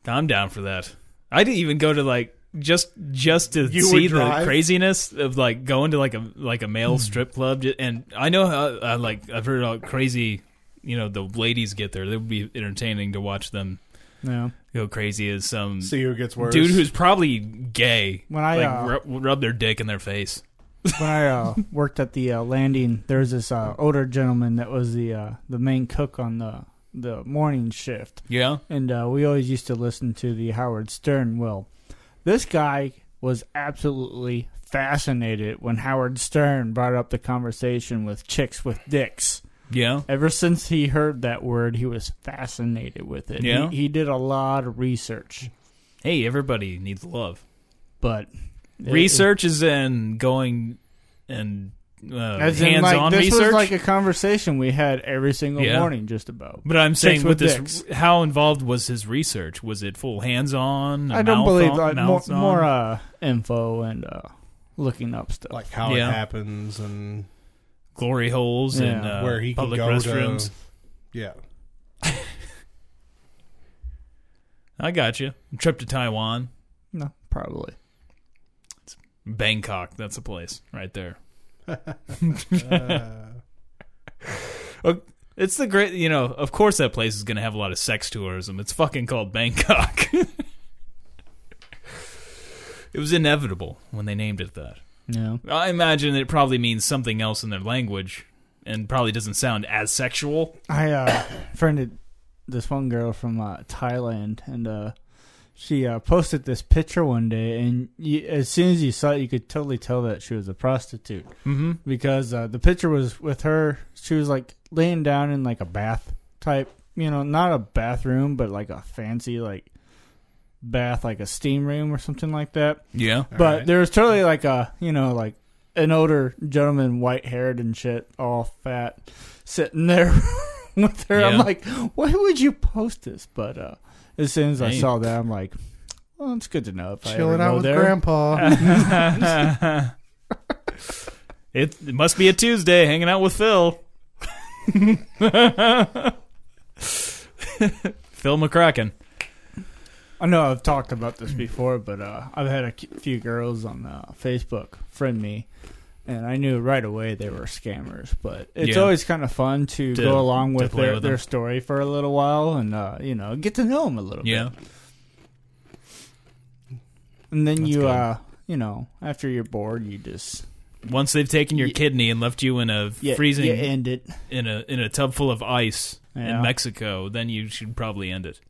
D: I'm down for that. I didn't even go to like just just to
E: You
D: see
E: would
D: the
E: drive?
D: craziness of like going to like a like a
C: Hmm.
D: male strip club. Ju- And I know how uh, like I've heard how crazy you know the ladies get there. It would be entertaining to watch them
C: Yeah.
D: go crazy as some
E: See who gets worse.
D: dude who's probably gay.
C: When I,
D: like
C: uh,
D: rub, rub their dick in their face.
C: when I uh, worked at the uh, landing, there was this uh, older gentleman that was the uh, the main cook on the the morning shift,
D: Yeah,
C: and uh, we always used to listen to the Howard Stern. Well, this guy was absolutely fascinated when Howard Stern brought up the conversation with chicks with dicks.
D: yeah.
C: Ever since he heard that word, he was fascinated with it.
D: Yeah.
C: He, he did a lot of research,
D: Hey, everybody needs love.
C: but it-
D: Research is in going and uh,
C: As in,
D: hands
C: like,
D: on
C: this
D: research.
C: was like a conversation we had every single
D: Yeah.
C: morning, just about.
D: But I'm saying with
C: with
D: this,
C: dicks.
D: how involved was his research? Was it full hands-on?
C: I don't
D: mouth
C: believe
D: on,
C: like, more,
D: mouths on?
C: more uh, info and uh, looking up stuff.
E: like how
D: Yeah.
E: it happens and
D: glory holes and
C: Yeah.
D: uh,
E: where he
D: public
E: can go
D: restrooms.
E: to. Yeah.
D: I got you. Trip to Taiwan,
C: no, probably.
D: Bangkok. That's a place right
E: *laughs*
D: there. *laughs* Oh, It's the great, you know. Of course, that place is going to have a lot of sex tourism. It's fucking called Bangkok. *laughs* it was inevitable when they named it that.
C: No.
D: I imagine it probably means something else in their language, and probably doesn't sound as sexual.
C: I uh, friended this one girl from uh, Thailand, and uh, she uh, posted this picture one day, and you, as soon as you saw it, you could totally tell that she was a prostitute
D: Mm-hmm.
C: because uh, the picture was with her. She was like laying down in like a bath type, you know, not a bathroom, but like a fancy like bath, like a steam room or something like that.
D: Yeah.
C: but
E: right.
C: there was totally like a you know like an older gentleman, white haired and shit, all fat, sitting there *laughs* with her. I'm
D: Yeah.
C: like, why would you post this? But uh, as soon as I
D: Hey.
C: saw that, I'm like, well, it's good to know if I
E: Chilling
C: ever
E: out
C: go
E: with
C: there.
E: grandpa.
D: it, *laughs* it must be a Tuesday hanging out with Phil. *laughs* Phil McCracken.
C: I know I've talked about this before, but uh, I've had a cu- few girls on uh, Facebook friend me, and I knew right away they were scammers. But it's
D: Yeah.
C: always kind of fun to,
D: To-
C: go along
D: to
C: with
D: play
C: their,
D: with them.
C: their story for a little while and uh, you know get to know them a little
D: Yeah.
C: bit. And then
D: That's
C: you,
D: good.
C: uh, you know, after you're bored, you just
D: Once they've taken your
C: Ye-
D: kidney and left you in a
C: you,
D: freezing
C: you end it.
D: in a in a tub full of ice
C: Yeah.
D: in Mexico, then you should probably end it.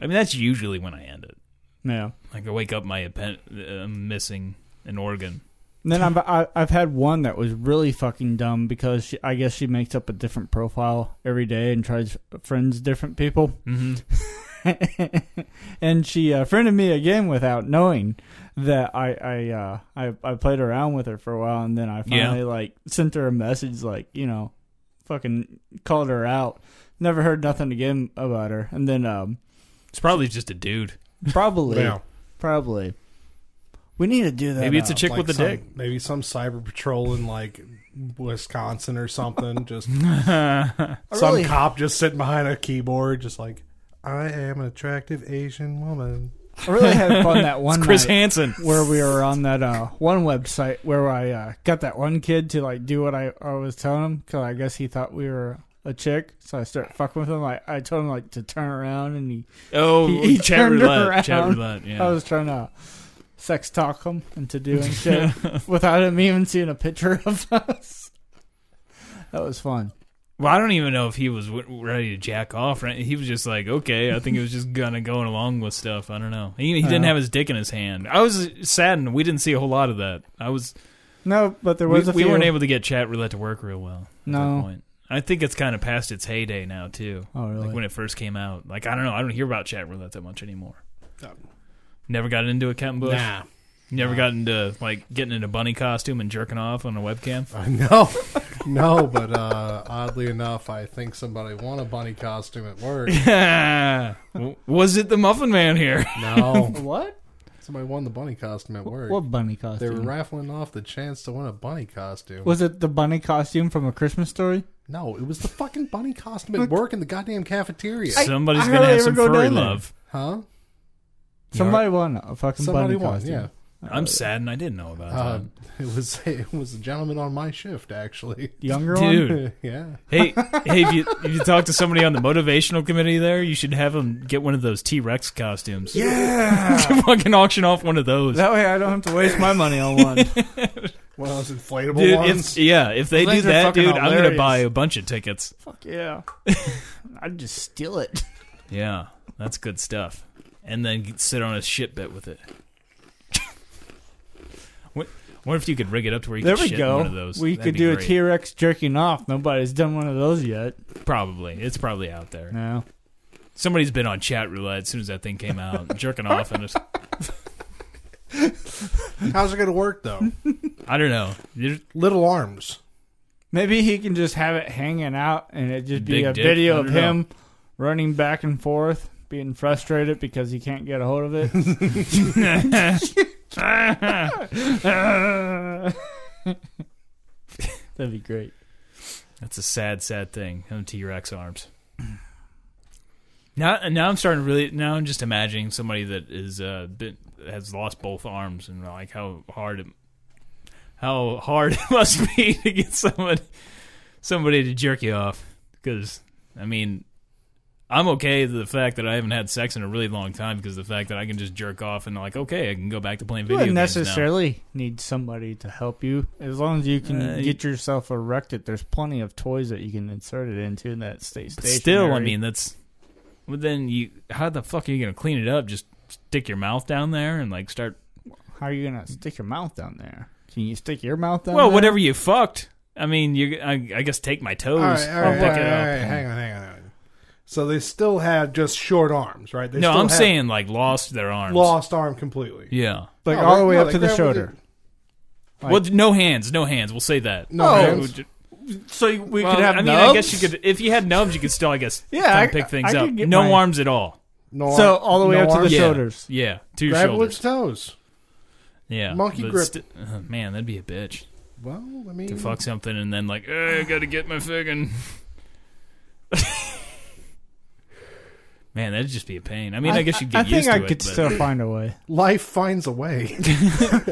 D: I mean, that's usually when I end it.
C: Yeah.
D: Like I wake up, my append- uh, missing an organ.
C: And then I've I, I've had one that was really fucking dumb because she, I guess she makes up a different profile every day and tries friends different people.
D: Mm-hmm.
C: *laughs* and she uh, friended me again without knowing that I I, uh, I I played around with her for a while, and then I
D: Yeah.
C: finally like sent her a message, like you know, fucking called her out. Never heard nothing again about her, and then um,
D: It's probably just a dude.
C: probably
E: Yeah.
C: probably we need to do that.
D: Maybe it's a *laughs*
C: out.
D: chick with a
E: some,
D: dick.
E: Maybe some cyber patrol in like Wisconsin or something.
D: *laughs*
E: Just
C: I
E: some
C: really-
E: cop just sitting behind a keyboard, just like I am an attractive Asian woman.
C: I really
D: *laughs*
C: had fun that one
D: It's Chris
C: night *laughs*
D: Hansen.
C: where we were on that uh, one website where I uh, got that one kid to like do what I, I was telling him because I guess he thought we were a chick. So I started fucking with him. I, I told him like to turn around and he.
D: Oh,
C: He- he
D: chat
C: turned
D: roulette. Chat
C: around.
D: roulette. Yeah.
C: I was trying to sex talk him
D: *laughs*
C: into doing shit without him even seeing a picture of us. *laughs* That was fun.
D: well, I don't even know if he was w- ready to jack off. Right? He was just like, okay. I think he was just kind of going along with stuff. I don't know. He, he didn't
C: Uh-huh.
D: have his dick in his hand. I was saddened. We didn't see a whole lot of that. I was.
C: No, but there
D: We,
C: was a
D: we
C: few.
D: weren't able to get chat roulette to work real well. at that
C: No.
D: point. I think it's kind of past its heyday now too.
C: Oh, really?
D: Like when it first came out. Like I don't know. I don't hear about chat roulette that much anymore. Never got into a Captain Bush. Never got into like getting in a bunny costume and jerking off on a webcam.
E: I know, *laughs* no, but uh, oddly enough, I think somebody won a bunny costume at
C: *laughs*
E: work.
D: Ah. W- was it the Muffin Man here?
E: No,
C: What?
E: somebody won the bunny costume at work.
C: What bunny
E: they were
C: costume?
E: raffling off the chance to win a bunny costume.
C: was it the bunny costume from A Christmas Story?
E: No, it was the fucking bunny costume at work in the goddamn cafeteria.
D: Somebody's
C: *laughs* I
D: gonna
C: hardly
D: have
C: ever
D: some
C: go
D: furry
C: down there.
D: love.
E: huh?
C: Somebody won a fucking
E: Somebody
C: bunny
E: won,
C: costume.
E: yeah.
D: I'm sadden't I didn't know about
E: Uh, it was *laughs* it was a gentleman on my shift actually. *laughs*
C: Younger
D: that.
C: one?
D: Dude,
E: yeah.
C: *laughs*
D: hey, hey, if you if you talk to somebody on the motivational committee there, you should have them get one of those T Rex costumes. *laughs*
C: Yeah.
D: fucking auction off one of those.
C: that way I don't have to waste my money on one.
E: One of those inflatable
D: Dude, if,
E: ones.
D: yeah, if they
C: Those
D: do
C: things are
D: that,
C: fucking
D: dude, I'm gonna
C: hilarious.
D: buy a bunch of tickets.
C: Fuck yeah. I'd just steal it.
D: Yeah, that's good stuff. And then get- sit on a shit bit with it. *laughs* what, what if you could rig it up to where you
C: There
D: could
C: we
D: shit in
C: go.
D: one of those?
C: We
D: That'd
C: could
D: be
C: do
D: great.
C: a T Rex jerking off. Nobody's done one of those yet.
D: Probably. It's probably out there.
C: No.
D: Somebody's been on chat roulette as soon as that thing came out,
C: *laughs*
D: jerking off. and it's,
E: How's it gonna work
C: *laughs*
E: though?
D: I don't know. There's
E: Little arms.
C: Maybe he can just have it hanging out and it just be
D: Big
C: a
D: dick? I
C: video of
D: don't know.
C: him running back and forth, being frustrated because he can't get a hold of it. That'd be great.
D: That's a sad, sad thing. No T Rex arms. Now, now I'm starting to really. Now I'm just imagining somebody that is uh, been, has lost both arms and like how hard it, how hard *laughs* it must be to get someone somebody to jerk you off. Because I mean, I'm okay to the fact that I haven't had sex in a really long time because of the fact that I can just jerk off and like okay, I can go back to playing
C: You
D: video
C: wouldn't
D: games now.
C: necessarily need somebody to help you. As long as you can
D: Uh,
C: get yourself erected, there's plenty of toys that you can insert it into in that state
D: But
C: station.
D: still, I mean, that's. Well, then you. How the fuck are you gonna clean it up? Just stick your mouth down there and like start.
C: How are you gonna stick your mouth down there? Can you stick your mouth down?
D: well,
C: there?
D: whatever you fucked. I mean, you. I, I guess take my toes.
E: All right, all
D: I'll
E: right,
D: pick
E: all right,
D: it up.
E: all right, hang on, hang on, hang on. So they still had just short arms, right? They
D: No,
E: still
D: I'm
E: had
D: saying like lost their arms.
E: lost arm completely.
D: Yeah.
C: like
E: No,
C: all the
E: they-
C: way
E: no,
C: up
E: they
C: to the
E: grab with
C: shoulder. Like-
D: well, no hands. No hands. We'll say that.
E: No
D: Okay,
E: hands?
D: we ju-
C: So you- we
D: well,
C: could have
D: I mean,
C: nubs.
D: I guess you could. If you had nubs, you could still. I guess.
C: Yeah,
D: kinda
C: I-
D: pick
C: I
D: things
C: could
D: up.
C: get
D: No
C: my-
D: arms at all.
E: No
C: So
E: arm-
C: all the way
E: no
C: up to the
E: arms?
D: Yeah.
C: shoulders.
D: Yeah. To your
E: Grab it with
D: shoulders.
E: its toes.
D: yeah.
E: monkey
D: but
E: grip.
D: sti- uh, man, that'd be a bitch.
E: Well, I mean,
C: Mm.
D: to fuck something and then like "Eh, I gotta get my friggin' *laughs* Man, that'd just be a pain. I mean, I, guess you'd get
C: I
D: used
C: think
D: to
C: I
D: it.
C: could
D: but-
C: still find a way.
E: life finds a
C: *laughs*
E: way. *laughs*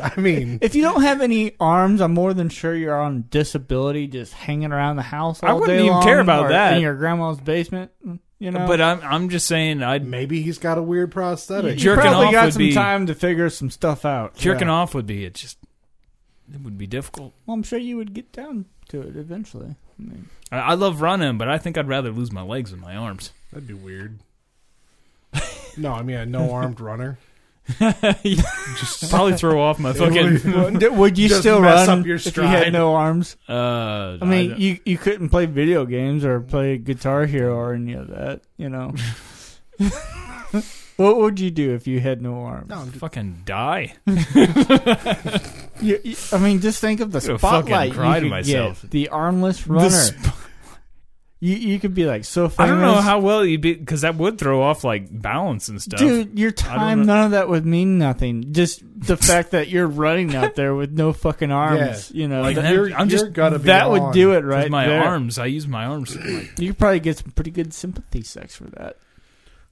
E: I mean,
C: If you don't have any arms, I'm more than sure you're on disability, just hanging around the house. All
D: I wouldn't
C: day
D: even care
C: long
D: about
C: or
D: that.
C: in your grandma's basement. You know,
D: *laughs* But uh, I'm I'm just saying, I'd
E: maybe he's got a weird prosthetic.
D: You- jerking
C: probably
D: off
C: got
D: would
C: some
D: be-
C: time to figure some stuff out.
D: jerking
E: Yeah.
D: off would be it. Just it would be difficult.
C: Well, I'm sure you would get down to it *laughs* eventually. I mean,
D: I, I love running, but I think I'd rather lose
C: *laughs*
D: my legs than my arms.
E: That'd be weird. no, I mean a no-armed runner.
D: Just probably throw off
C: *laughs*
D: my fucking.
C: Would would you
E: Just
C: still
E: mess
C: run
E: up your
C: if you had
E: stride.
C: no arms?
D: *laughs* Uh,
C: I mean, you you couldn't play video games or play Guitar Hero or any of that.
D: *laughs*
C: You know. *laughs* what would you do if you had *laughs* no arms?
E: No, I'm just,
D: fucking die.
C: You- you- I mean, just think of the
D: Would've fucking
C: spotlight you
D: cried
C: could
D: myself.
C: get. The armless runner. you you could be like so famous.
D: I don't know how well you'd be because that would throw off like balance and stuff.
C: Dude, your
D: don't
C: time,
D: know.
C: none of that would mean nothing. Just the *laughs* fact that you're running out there with no fucking arms, you know,
D: Like,
C: that,
D: I'm
E: you're, I'm
D: just-
E: just gotta be
C: that
E: on.
C: would do it
D: With
C: right
D: my
C: there.
D: arms, I use my arms. Like,
C: You could probably get some pretty good sympathy sex for that.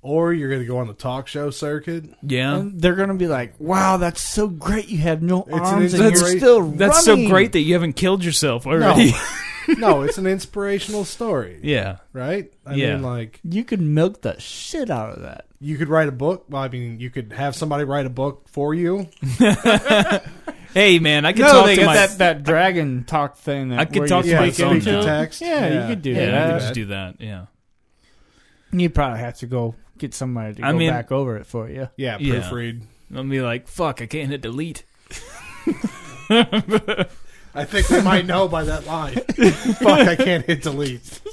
E: Or you're gonna go on the talk show circuit.
D: yeah,
C: And they're gonna be like, "Wow, that's so great! You have no
E: an
C: arms and
E: inspiration-
C: you're still
D: that's
C: running."
D: so great that you haven't killed yourself
C: *laughs*
D: already.
E: no, it's an inspirational story,
D: yeah,
E: right? I
D: Yeah.
E: mean, like
C: you could milk the shit out of that.
E: you could write a book. Well, I mean, you could have somebody write a book for you.
D: hey man, I could
C: no,
D: talk
C: they
D: to
C: got
D: my.
C: that, that dragon talk thing. That
D: I could
C: where
D: talk
C: you
D: to my
C: speak
D: phone
C: into-
D: too.
E: Text,
C: Yeah,
E: yeah.
C: you could do
D: yeah, I
C: that.
D: could just do that. Yeah,
C: You probably have to go get somebody to go
D: I mean-
C: back over it for you.
E: Yeah,
D: Yeah.
E: proofread.
D: I'll be like, fuck, I can't hit delete.
E: I think they might know by that
D: *laughs*
E: line. Fuck, I can't hit delete.
C: *laughs*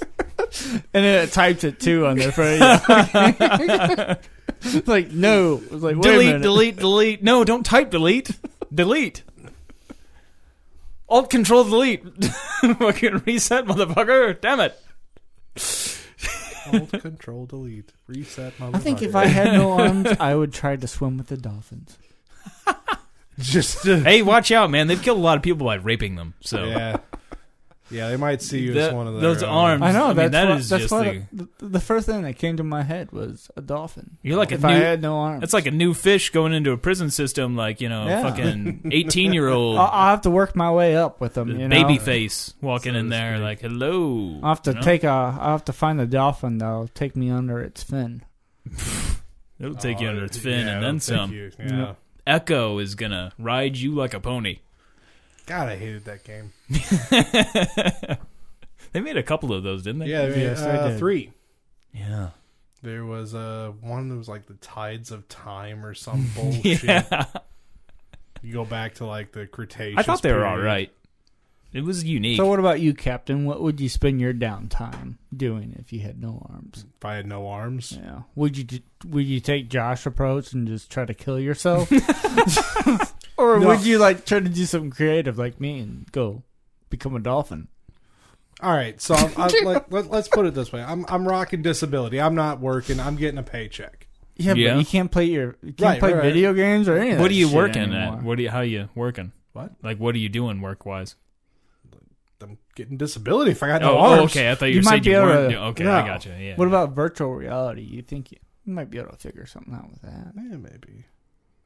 C: And then it types it too on there for *laughs* you. like no, It was like wait a
D: delete,
C: minute.
D: delete, delete. No, don't type delete. delete. Alt Control Delete. *laughs* Fucking reset, motherfucker. Damn it.
E: Alt Control Delete. Reset. My
C: I think if I had no arms, I would try to swim with the dolphins.
E: *laughs* just to,
D: *laughs* Hey, watch out, man. They've killed a lot of people by raping them. So
E: yeah, yeah, they might see you as
D: That-
E: one of their uh,
D: those
E: own.
D: arms.
C: I
D: I
C: know
D: mean,
C: that's
D: that
C: what,
D: is
C: that's
D: just
C: what
D: the-
C: the, the first thing that came to my head was a dolphin.
D: You're like a
C: if I
D: new-
C: had no arms,
D: That's like a new fish going into a prison system, like, you know,
C: Yeah.
D: fucking 18 year old
C: *laughs* I'll, I'll have to work my way up with them. You know?
D: baby face walking in there, like, hello.
E: Um,
C: I'll have to
D: you know?
C: take a. I'll have to find the dolphin that'll take me under its fin.
D: It'll take you under its
E: oh, Yeah,
D: fin and
E: it'll
D: then
E: take
D: some.
E: you- Yeah.
D: Echo is going to ride you like a pony.
E: God, I hated that game.
D: They made a couple of those, didn't they?
E: Yeah, I mean,
C: Yes, I
E: uh,
C: did.
E: three.
D: Yeah.
E: There was uh, one that was like the tides of time or
D: *laughs*
E: some bullshit.
D: Yeah.
E: You go back to like the Cretaceous.
D: I thought they were
E: period.
D: all right. It was unique.
C: So, what about you, Captain? What would you spend your downtime doing if you had no arms?
E: If I had no arms,
C: Yeah. Would you ju- would you take Josh approach and just try to kill *laughs* yourself, or
E: No.
C: would you like try to do something creative like me and go become a dolphin?
E: All right, so I'm, I'm, like, let, let's put it this way: I'm I'm rocking disability. I'm not working. I'm getting a paycheck.
C: Yeah,
D: Yeah.
C: but you can't play your you can't
E: Right,
C: play
E: right.
C: video games or anything.
D: what are you working at? What do you, how you working?
E: What?
D: Like, what are you doing work wise?
E: I'm getting disability if I got
D: Oh,
E: no
D: oh,
E: arms.
D: okay. I thought you,
C: You
D: were
C: might
D: saying
C: be
D: you
C: able
D: weren't.
C: to-
D: do- okay,
E: No.
D: I gotcha. Yeah.
C: What about virtual reality? You think you, you might be able to figure something out with that?
E: Yeah, maybe.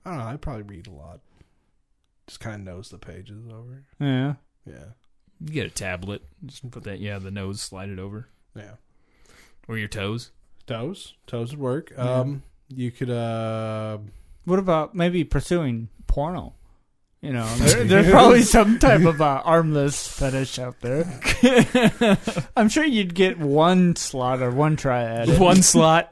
E: I don't know. I probably read a lot. Just kind of knows the pages over.
C: Yeah.
E: Yeah,
D: You get a tablet. Just put that. Yeah, the nose, slide it over,
E: yeah.
D: or your toes.
E: Toes, toes would work. Um, you could uh,
C: What about maybe pursuing porno? You *laughs* know, there, there's probably some type of uh, armless fetish out there. *laughs* I'm sure you'd get one slot or *laughs* one try at it.
D: One slot.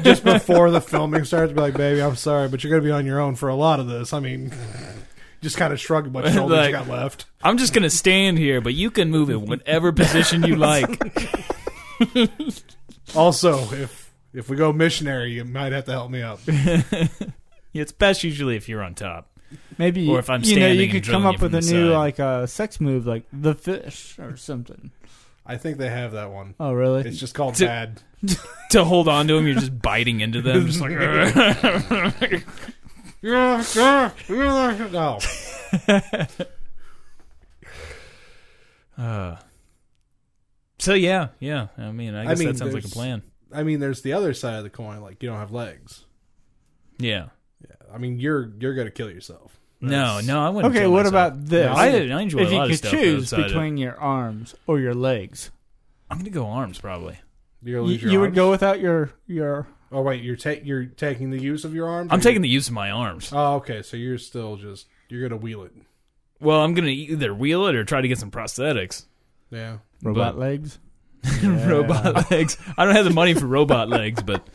E: just before the filming starts, be like, "Baby, I'm sorry, but you're gonna be on your own for a lot of this." I mean, just kind of shrug what shoulders
D: Like-
E: you got left.
D: I'm just gonna stand here, but you can move it whatever position
C: *laughs*
D: you like.
E: Also, if if we go missionary, you might have to help me out.
D: It's best usually if you're on top.
C: Maybe
D: Or if I'm
C: you know
D: standing
C: you
D: and
C: could
D: drilling
C: come
D: you
C: up with
D: from
C: a
D: the
C: new
D: side.
C: like uh, sex move like the fish or something.
E: I think they have that one.
C: Oh really?
E: It's just called
D: T-
E: bad.
D: To hold on to them, you're just biting into them, just like.
E: No,
D: *laughs* Uh, so yeah, yeah. I mean, I
E: I
D: guess
E: mean,
D: that sounds like a
E: there's-
D: plan.
E: I mean, there's the other side of the coin. Like you don't have legs.
D: Yeah.
E: I mean, you're you're gonna kill yourself.
D: No,
E: That's-
D: no, I wouldn't.
C: okay,
D: kill
C: what
D: myself.
C: about this?
D: No, I, I enjoy
C: if
D: a
C: you
D: lot of
C: could
D: stuff
C: choose
D: outside of-
C: between your arms or your legs,
D: I'm gonna go arms probably.
E: You're
C: you,
E: gonna lose your
C: you would
E: arms?
C: go without your your.
E: Oh wait, you're ta- you're taking the use of your arms. or
D: I'm
E: you're-
D: taking the use of my arms.
E: Oh, okay. So you're still just you're gonna wheel it.
D: Well, I'm gonna either wheel it or try to get some
C: *laughs*
D: prosthetics.
E: Yeah.
C: Robot legs.
D: robot legs. I don't have the money for robot legs, but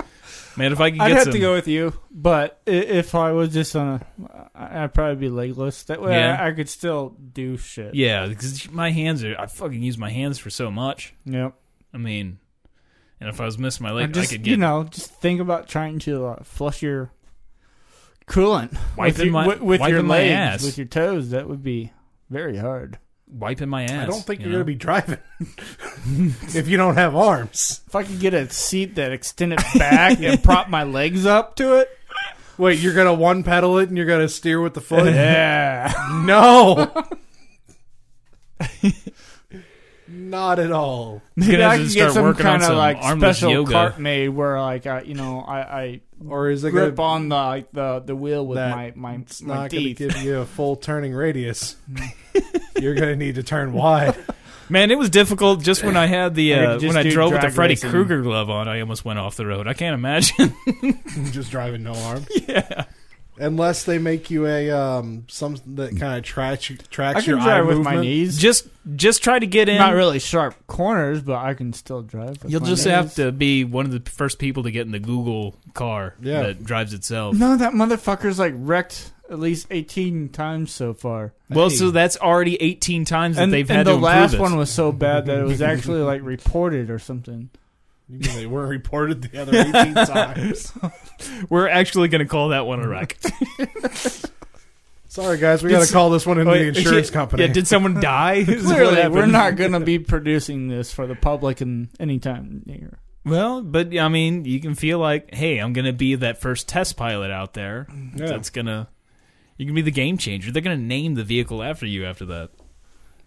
D: Man, if I could get
C: I'd have
D: some,
C: to go with you, but i- if I was just on a, I- I'd probably be legless. That way,
D: Yeah.
C: I, I could still do shit.
D: yeah, because my hands are. I fucking use my hands for so much.
C: Yep.
D: I mean, and if I was missing my
C: Or
D: leg,
C: just
D: I could get
C: you know, just think about trying to uh, flush your coolant with
D: Wiping
C: your,
D: my-
C: with, with
D: wiping
C: your
D: my
C: legs,
D: ass.
C: with your toes. That would be very hard.
D: wiping my ass.
E: I don't think
D: you
E: you are
D: know?
E: gonna be driving *laughs* if you don't have arms.
C: If I could get a seat
D: *laughs*
C: that extended back and prop my legs up to it,
E: Wait, you're gonna one pedal it and you're gonna steer with the foot?
C: yeah,
E: *laughs* No. *laughs* Not at all.
C: maybe
D: gonna
C: I
D: have to
C: could get
D: start
C: some
D: working on
C: kind of
D: some
C: like
D: armless
C: special
D: yoga.
C: cart made where like I, you know, I, I
E: Or is it
C: grip
E: gonna,
C: on the like the the wheel with
E: That-
C: my my,
E: it's
C: my
E: not gonna
C: teeth.
E: give you a full turning
C: *laughs*
E: radius? you're gonna need to turn wide.
D: Man, it was difficult just
C: *laughs*
D: when I had the
C: I could
D: uh,
C: just
D: when I
C: do
D: drove with the
C: drag
D: Freddy
C: racing.
D: Krueger glove on. I almost went off the road. I can't
C: *laughs*
D: imagine.
E: Just driving no arm. Yeah. Unless they make you a um some that kind of tracks tracks
C: I can
E: your eye
C: drive with my
E: movement.
C: knees.
D: just just try to get in.
C: Not really sharp corners, but I can still drive. with
D: You'll
C: my
D: just
C: knees.
D: have to be one of the first people to get in the Google car
E: Yeah.
D: that drives itself.
C: No, that motherfucker's like wrecked at least 18 times so far.
D: Well, so that's already 18 times that
C: And,
D: they've
C: and
D: had
C: the
D: to improve
C: last
D: it.
C: one was so bad that it was actually like reported
D: *laughs*
C: or something.
E: You mean they weren't reported the other
C: *laughs*
E: eighteen times.
D: We're actually going to call that one a
C: *laughs*
D: wreck.
E: Sorry guys, we got to call this one into the
D: Wait,
E: insurance
D: *laughs* yeah,
E: company.
D: Yeah, did someone die? *laughs* Is what
C: Clearly,
D: happened.
C: we're not going to be producing this for the public in any time near.
D: Well, but I mean, you can feel like, hey, I'm going to be that first test pilot out there.
E: Yeah.
D: That's going to. You can be the game changer. They're going to name the vehicle after you after that.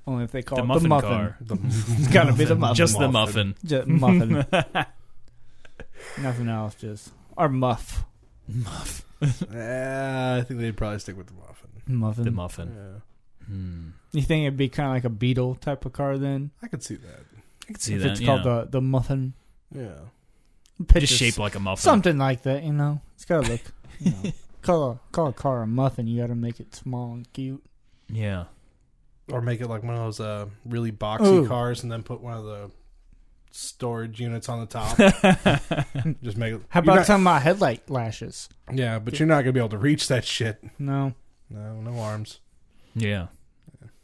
C: Only if they call
D: The
C: it
D: muffin
C: the muffin.
D: car.
E: *laughs*
C: It's got to be the
D: *laughs*
C: muffin.
D: Just the muffin.
C: Just *laughs* muffin. Nothing else, just. Or muff.
E: Uh, I think they'd probably stick with the muffin.
D: *laughs*
C: Muffin.
D: The muffin. Hmm.
E: Yeah,
C: you think it'd be kind of like a Beetle type of car then?
E: I could see that.
D: I can see
C: if
D: that.
C: it's
D: you
C: called
D: know.
C: the, the muffin.
E: Yeah,
C: Picture
D: Just shaped like a muffin.
C: Something like that, you know. It's gotta look. You
D: *laughs*
C: know, call a call a car a muffin. You gotta make it small and cute.
D: Yeah. *laughs*
E: or make it like one of those uh, really boxy
C: Ooh.
E: cars, and then put one of the storage units on the
C: *laughs*
E: top. *laughs* Just make it.
C: How
E: you're
C: about
E: not-
C: some uh, of my headlight lashes?
E: Yeah, but you're not gonna be able to reach that shit.
C: No,
E: No, no
C: *laughs*
E: arms.
D: Yeah.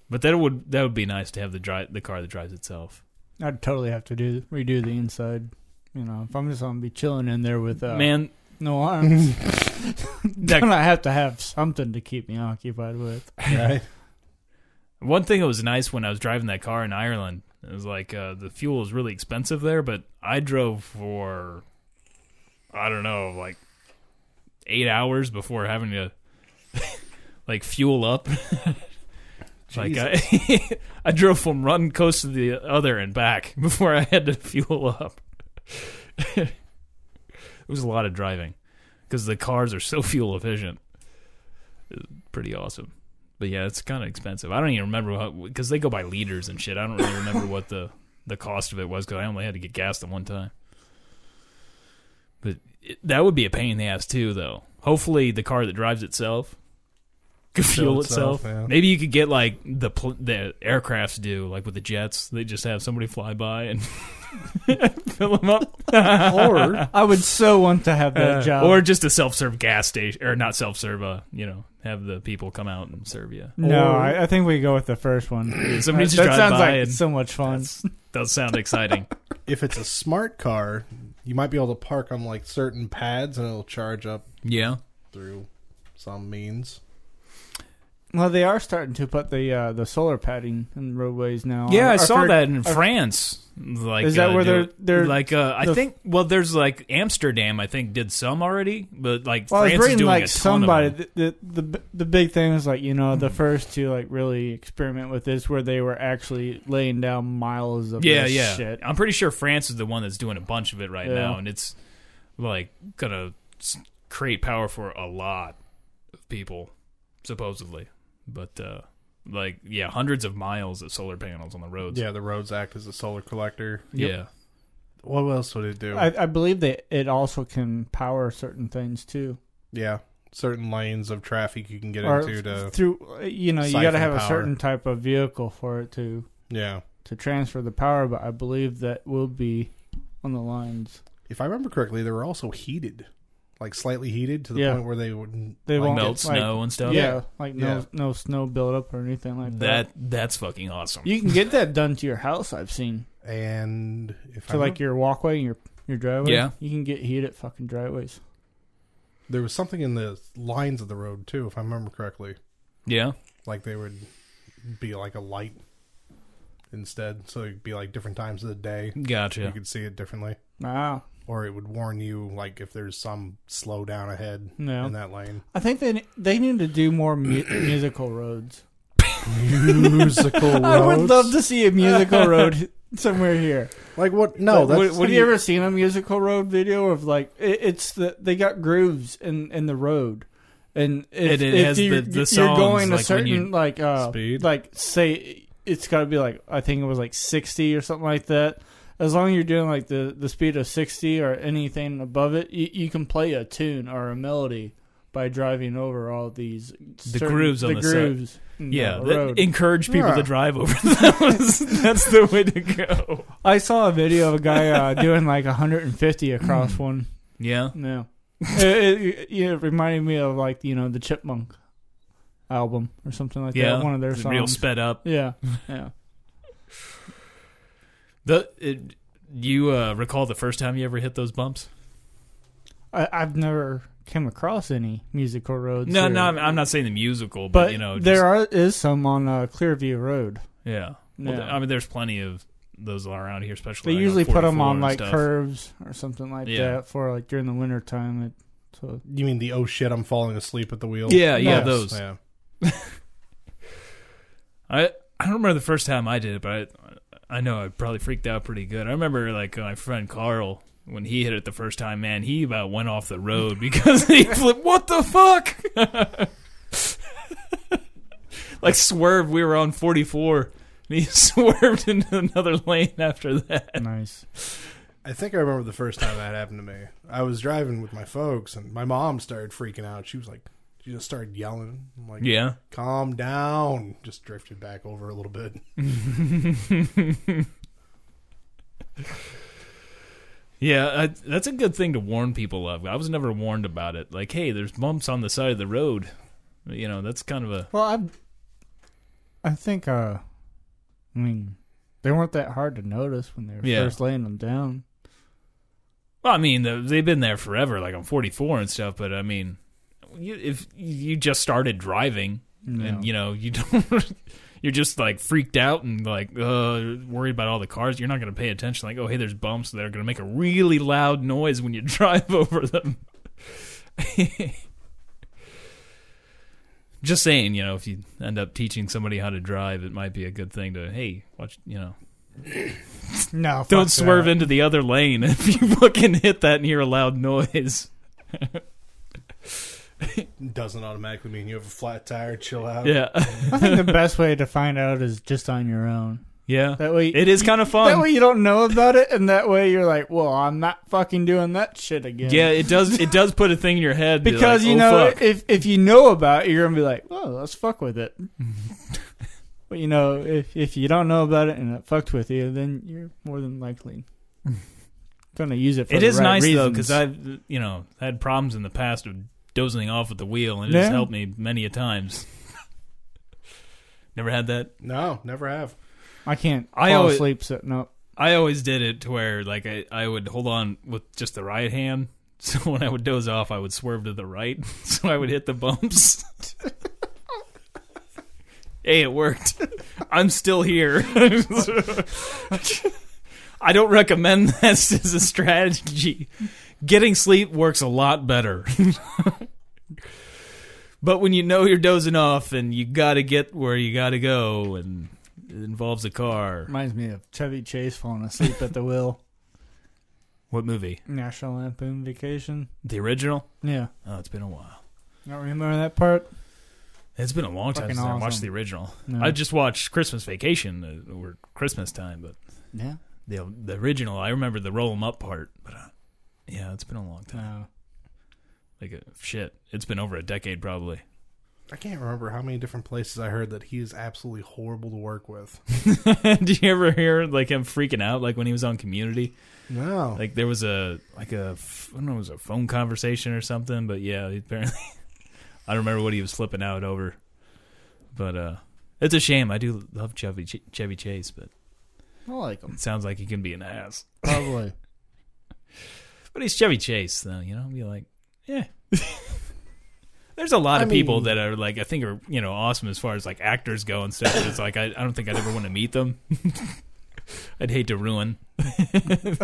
D: But that would that would be nice to have the dri the car that drives itself.
C: I'd totally have to do redo the inside. You know, if I'm just gonna be chilling in there with uh,
D: Man,
C: no
D: *laughs*
C: arms, *laughs*
D: that,
C: then I have to have something to keep me occupied with.
E: Right?
D: One thing that was nice when I was driving that car in Ireland, it was like uh, the fuel is really expensive there, but I drove for I don't know, like eight hours before having to *laughs* like fuel up. *laughs* like I, *laughs* I drove from one coast to the other and back *laughs* before I had to fuel up. it was a lot of driving because the cars are so *laughs* fuel efficient. It's pretty awesome. But yeah, it's kind of expensive. I don't even remember because they go by liters and shit. I don't really remember what the the cost of it was because I only had to get gassed at one time. But it, that would be a pain in the ass too, though. Hopefully, the car that drives itself could
E: Fill
D: fuel
E: itself,
D: itself.
E: yeah.
D: Maybe you could get like the pl- the aircrafts do, like with the jets. They just have somebody fly by and *laughs* fill them up,
E: or
C: *laughs*
E: Uh,
C: I would so want to have that job.
D: Uh, or just a self serve gas station, or not self serve. Uh, you know, have the people come out and serve you.
C: no,
E: or-
C: I, I think we go with the first one.
D: *clears throat* Somebody just
C: Mm. Uh, that
D: drive
C: sounds
D: by
C: like
D: and-
C: so much fun.
D: That's- Does sound exciting.
E: if it's a smart car, you might be able to park on like certain pads, and it'll charge up
D: yeah.
E: through some means.
C: Well, they are starting to put the uh, the solar padding in roadways now.
D: Yeah, I
C: I've
D: saw
C: heard-
D: that in France. Like,
C: Is that
D: uh,
C: where
D: do
C: they're-
D: it-
C: they're-
D: like? Uh, I
C: the-
D: think. Well, there's like Amsterdam. I think did some already, but like
C: Well, I
D: France
C: was
D: is
C: reading
D: doing
C: like
D: a ton
C: somebody
D: Of them. Hmm.
C: the, the the b- the big thing is like you know the first to like really experiment with this where they were actually laying down miles of
D: Yeah,
C: this
D: yeah.
C: shit.
D: I'm pretty sure France is the one that's doing a bunch of it right
C: Yeah.
D: now, and it's like gonna s- create power for a lot of people, supposedly. But uh, like, yeah, hundreds of miles of solar panels on the roads.
E: Yeah, the roads act as a solar collector.
D: yeah.
E: What else would it do?
C: I, I believe that it also can power certain things too,
E: yeah, certain lanes of traffic you can get
C: or
E: into to
C: through uh, you know you
E: siphon
C: got to have a
E: power.
C: certain type of vehicle for it to
E: yeah.
C: to transfer the power. But I believe that will be on the lines.
E: if I remember correctly, they were also heated, like slightly heated to the
C: Yeah.
E: point where they would
C: They
E: like,
C: won't
D: melt
C: like-
D: snow and stuff.
C: Yeah, like no
E: Yeah.
C: no snow buildup or anything like that.
D: that that's fucking awesome.
C: You can get that done to your house. I've seen
E: And if I
C: to like
E: like
C: your walkway and your your driveway.
D: Yeah.
C: you can get heat at fucking driveways.
E: there was something in the lines of the road too, if I remember correctly,
D: yeah,
E: like they would be like a light instead, so it'd be like different times of the day. You
D: gotcha.
E: could see it differently,
C: Wow.
E: or it would warn you like if there's some slowdown ahead
C: No.
E: in that
C: *laughs*
E: lane.
C: I think they they need to do more mu- *coughs* musical roads.
E: Musical roads.
C: I would love to see a *laughs* musical road somewhere here.
E: Like what? No,
C: Like,
E: that's
C: what, what have you ever seen a musical road video of like it, it's the they got grooves in in the road, and if,
D: And it
C: if
D: has
C: you,
D: the- the
C: you're
D: songs,
C: going
D: like,
C: a
D: when
C: certain
D: you-
C: like uh,
E: Speed?
C: like say it's got to be like I think it was like sixty or something like that. As long as you're doing like the the speed of sixty or anything above it, you, you can play a tune or a melody by driving over all these certain-
D: grooves on
C: the
D: the set.
C: grooves. in
D: Yeah,
C: the
D: that-
C: road.
D: encourage people
E: Yeah.
D: to drive over *laughs* those. that's the way to go.
C: I saw a video of a guy uh, doing like
D: *clears throat*
C: 150 across one.
D: Yeah,
C: No. it, it, it, it reminded me of like you know the Chipmunk album or something like
D: yeah.
C: that. One of their
D: It's
C: songs.
D: real sped up. *laughs*
C: yeah, yeah.
D: The it, you uh, recall the first time you ever hit those bumps?
C: I, I've never came across any musical roads.
D: No,
C: or-
D: no, I'm, I'm not saying the musical, but,
C: but
D: you know,
C: there are is some on uh, Clearview Road.
D: are. Yeah, well,
C: Yeah.
D: I mean, there's plenty of those around here, especially.
C: They
D: like, on
C: usually put them
D: 44
C: on
D: and
C: like
D: stuff.
C: curves or something like
D: Yeah.
C: that for like during the winter time. It, so
E: You mean the oh shit, I'm falling asleep at the wheel?
D: Yeah, yeah, those.
E: Yeah.
D: I I don't remember the first time I did it, but I, I know I probably freaked out pretty good. I remember like my friend Carl when he hit it the first time. Man, he about went off the road *laughs* because he flipped. What the fuck? *laughs* like swerved. We were on forty four. And he *laughs* swerved into another lane after that.
C: nice.
E: I think I remember the first time that happened to me. I was driving with my folks, and my mom started freaking out. She was like, she just started yelling. I'm like,
D: Yeah.
E: calm down. Just drifted back over a little bit. *laughs*
D: Yeah, I, that's a good thing to warn people of. I was never warned about it. Like, hey, there's bumps on the side of the road. You know, that's kind of a
C: Well, I I think uh I mean they weren't that hard to notice when they were
D: Yeah.
C: first laying them down.
D: Well, I mean, the, they've been there forever. Like I'm 44 and stuff, but I mean, you, if you just started driving, and you know, you *laughs* don't, you're just like freaked out and like uh, worried about all the cars. You're not going to pay attention. Like, oh, hey, there's bumps that are going to make a really loud noise when you *laughs* drive over them. *laughs* just saying, you know, if you end up teaching somebody how to drive, it might be a good thing to hey, watch, you know.
C: No, fuck
D: Don't
C: that.
D: swerve into the other lane *laughs* if you fucking hit that and hear a loud
C: *laughs*
D: noise.
E: Doesn't automatically mean you have a flat tire. Chill out.
D: Yeah.
C: I think the best way to find out is just on your own.
D: Yeah.
C: That way
D: it is kind of
C: That
D: fun.
C: way you don't know about it, and that way you're like, "Well, I'm not fucking doing that shit again."
D: yeah, it does it does put a thing in your head be
C: because
D: like,
C: you
D: "Oh,
C: know
D: fuck."
C: if if you know about it, you're gonna be like, "Well, let's fuck
D: *laughs*
C: with it." but you know, if if you don't know about it and it fucked with you, then you're more
D: *laughs*
C: than likely gonna use it. for
D: it
C: the
D: is
C: right
D: nice though
C: reasons.
D: cuz I've you know, had problems in the past of dozing off at the wheel and it has
C: Yeah.
D: helped me many a times. *laughs* Never had that.
E: No, never have.
C: I can't
D: I
C: fall
D: always-
C: asleep sitting up.
D: I always did it to where like I, I would hold on with just the right hand. *laughs* So when I would doze off, I would swerve to the right, *laughs* so I would hit the bumps. *laughs* hey, it worked. *laughs* I'm still here. *laughs* I don't recommend *laughs* this as a strategy. Getting sleep works a lot better. *laughs* but when you know you're dozing off and you got to get where you got to go and it involves a car.
C: Reminds me of Chevy Chase falling asleep at the wheel.
D: What movie?
C: National Lampoon Vacation.
D: The original?
C: Yeah,
D: Oh, it's been a while.
C: you don't remember that part?
D: It's been a long time
C: Fucking
D: since I watched
C: awesome.
D: the original.
C: No.
D: I just watched Christmas Vacation uh, or Christmas time, but
C: Yeah.
D: the the original, I remember the roll 'em up part. But uh,
C: Uh,
D: yeah, it's been a long time.
C: No.
D: Like uh, shit, it's been over a decade probably. *laughs*
E: I can't remember how many different places I heard that he is absolutely horrible to work
D: *laughs*
E: with.
D: Do you ever hear like him freaking out like when he was on Community?
E: No,
D: Like there was a like a f- I don't know it was a phone conversation or something, but yeah, he apparently *laughs* I don't remember what he was flipping out over. But uh it's a shame. I do love Chevy Ch- Chevy Chase, but
C: I like them.
D: it sounds like he can be an ass.
C: *coughs* Probably.
D: But he's Chevy Chase, though. You know, be like, yeah. *laughs* There's a lot
E: I
D: of people
E: mean-
D: that are like I think are you know awesome as far as like actors go and stuff. But it's like I, I don't think I'd ever want to meet them. *laughs* I'd hate to ruin *laughs* because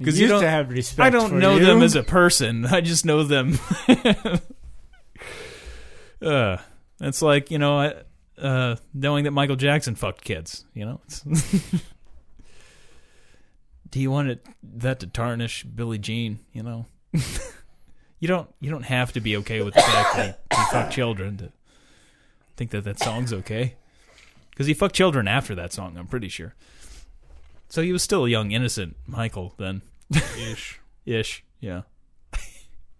C: Because
D: you
C: you
D: don't.
C: to have respect.
D: I don't
C: for
D: know
C: you.
D: them *laughs* as a person. I just know them. *laughs* uh, it's like you know, I- uh, knowing that Michael Jackson fucked kids. You know. It's- *laughs* Do you want it, that to tarnish Billie Jean? You know. *laughs* you don't. You don't have to be okay with the fact that he fucked children to think that that song's okay. Because he fucked children after that song, I'm pretty sure. So he was still a young, innocent Michael then
E: ish.
D: ish. Yeah.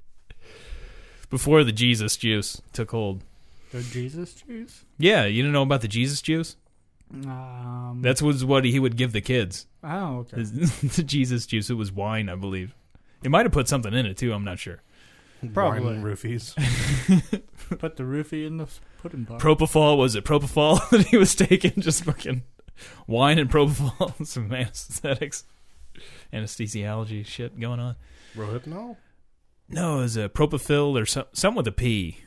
D: *laughs* Before the Jesus juice took hold.
C: The Oh, Jesus juice.
D: Yeah, you didn't know about the Jesus juice?
C: Um.
D: That's was what he would give the kids.
C: oh,
D: *laughs*
C: okay.
D: the Jesus juice. It was wine, I believe. It might have put something in it too. I'm not sure.
C: Probably.
E: Wine and roofies.
D: *laughs*
C: Put the roofie in the pudding box.
D: Propofol was it propofol *laughs* that he was taking? Just fucking wine and propofol, *laughs* some anesthetics, anesthesiology shit going on.
E: Rohypnol.
D: No, it was a propofol or some, some with a P.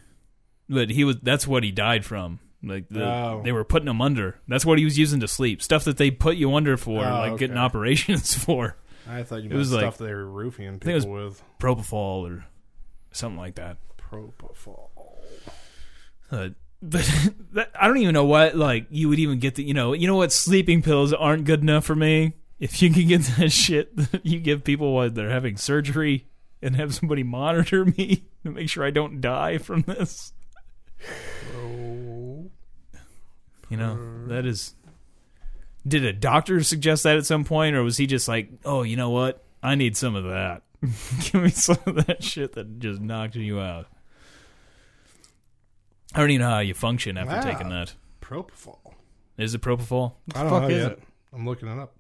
D: But he was that's what he died from. Like the,
E: Oh.
D: they were putting him under. That's what he was using to sleep. Stuff that they put you under for,
E: Oh,
D: like getting
E: okay.
D: operations *laughs* for.
E: I thought you
D: It was
E: meant
D: like-
E: stuff they were roofing
D: think it
E: people with.
D: Propofol or something like that.
E: Propofol.
D: Uh, but *laughs* that, I don't even know what like you would even get the you know you know what sleeping pills aren't good enough for me. If you can get *laughs* that shit that you give people while they're having surgery and have somebody *laughs* monitor me to make sure I don't die from this. You know, that is Did a doctor suggest that at some point or was he just like, "Oh, you know what? I need some of that. *laughs* give me some of that shit that just knocked you out." I don't even know how you function after
E: Wow.
D: taking that.
E: Propofol.
D: Is it propofol?
E: I don't
C: fuck
E: know
C: is
E: yet.
C: it?
E: I'm looking it up.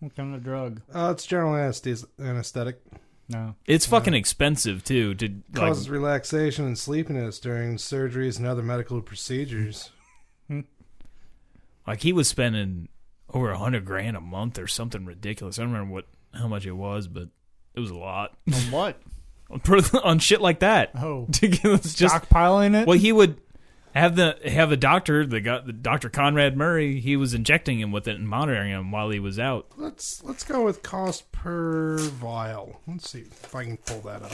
C: What kind of drug?
E: Uh, it's general anesthesi- anesthetic.
C: No.
D: It's fucking expensive too. To like,
E: Causes relaxation and sleepiness during surgeries and other medical procedures.
D: like he was spending over a hundred grand a month or something ridiculous. I don't remember what how much it was, but it was a lot
C: *laughs*
D: *laughs*
C: On what?
D: on shit like that. *laughs*
C: Oh.
D: To get- it's just
C: Stockpiling it.
D: well, he would have the have a doctor. The guy, the Doctor Conrad Murray, he was injecting him with it and monitoring him while he was out.
E: Let's let's go with cost per vial. Let's see if I can pull that up.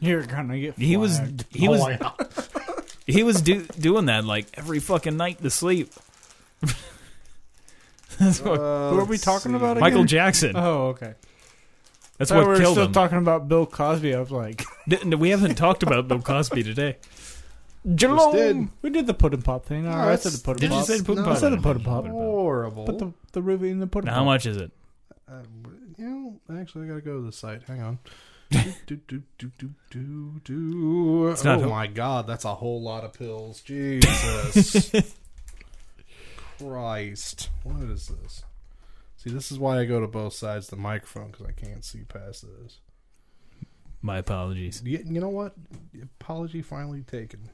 C: You're gonna get.
D: He was
C: flagged. Oh,
D: he was *laughs* he was do, doing that like every fucking night to sleep. *laughs* That's what
E: Uh,
C: Who are we
E: let's
C: talking
E: see.
C: about again?
D: Michael Jackson.
C: *laughs* Oh, okay.
D: That's
C: So
D: what
C: we're
D: killed
C: still
D: him.
C: talking about Bill Cosby. I was *laughs* like,
D: Th- no, we haven't talked about Bill Cosby today.
E: Just did.
C: we did the pudding pop thing.
E: No,
C: No, Oh. I said
E: that's-
C: the pudding
D: Did you
C: pop.
D: say pudding
E: No,
D: pop?
E: I said
C: a pudding pop.
E: Horrible.
C: Put the the ruby in the pudding.
D: Now,
C: pop.
D: how much is it?
E: Uh, you know, actually, I gotta go to the site. Hang on. do, do, do, do, do, do.
D: not
E: oh
D: who-
E: my god, that's a whole lot of pills. Jesus Christ, what is this? See, this is why I go to both sides of the microphone because I can't see past this.
D: My apologies.
E: You, you know what? Apology finally taken.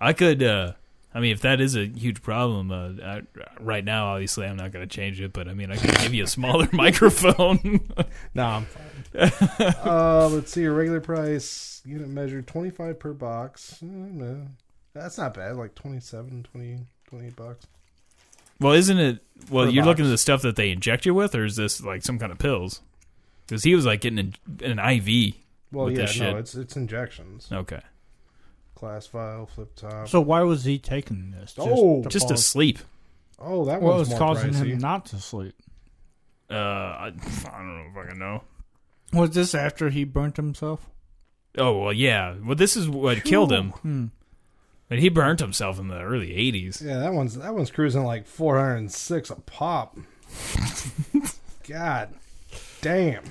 D: I could. uh I mean, if that is a huge problem, uh, I, right now, obviously, I'm not going to change it. But I mean, I could give you a smaller *laughs* microphone. *laughs*
E: Nah, I'm fine. uh, let's see. Regular price unit measure 25 per box. Mm, no. That's not bad. Like 27, 20, 28 bucks.
D: well, isn't it? Well,
E: Per
D: you're
E: box.
D: looking at the stuff that they inject you with, or is this like some kind of pills? Because he was like getting an, an IV.
E: Well,
D: With
E: yeah, no,
D: this shit.
E: it's it's injections.
D: Okay,
E: Class file, flip top.
C: So why was he taking this? Just
E: Oh,
C: to
D: just
C: fall
D: to sleep.
E: oh, that
C: What
E: one's
C: was
E: more
C: causing
E: pricey.
C: him not to sleep?
D: Uh, I, I don't know if I can know.
C: Was this after he burnt himself?
D: Oh well, yeah. Well, this is what killed him. And he burnt himself in the early '80s.
E: yeah, that one's that one's cruising like 406 a
D: *laughs*
E: pop. God, damn.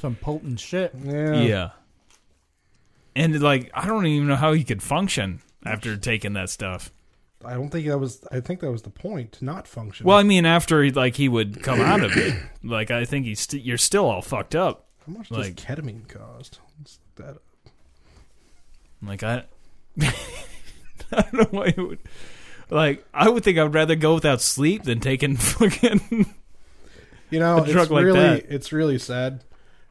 C: Some potent shit.
E: Yeah.
D: Yeah. And like I don't even know how he could function after taking that stuff.
E: I don't think that was. I think that was the point to not function.
D: Well, I mean after he like he would come out of it. Like I think he's st- you're still all fucked up.
E: how much
D: like-
E: does ketamine cost? Let's look that up.
D: Like I *laughs* I don't know why you would like I would think I'd rather go without sleep than taking *laughs* fucking
E: You know,
D: A drug
E: it's
D: like
E: really
D: that.
E: it's really sad.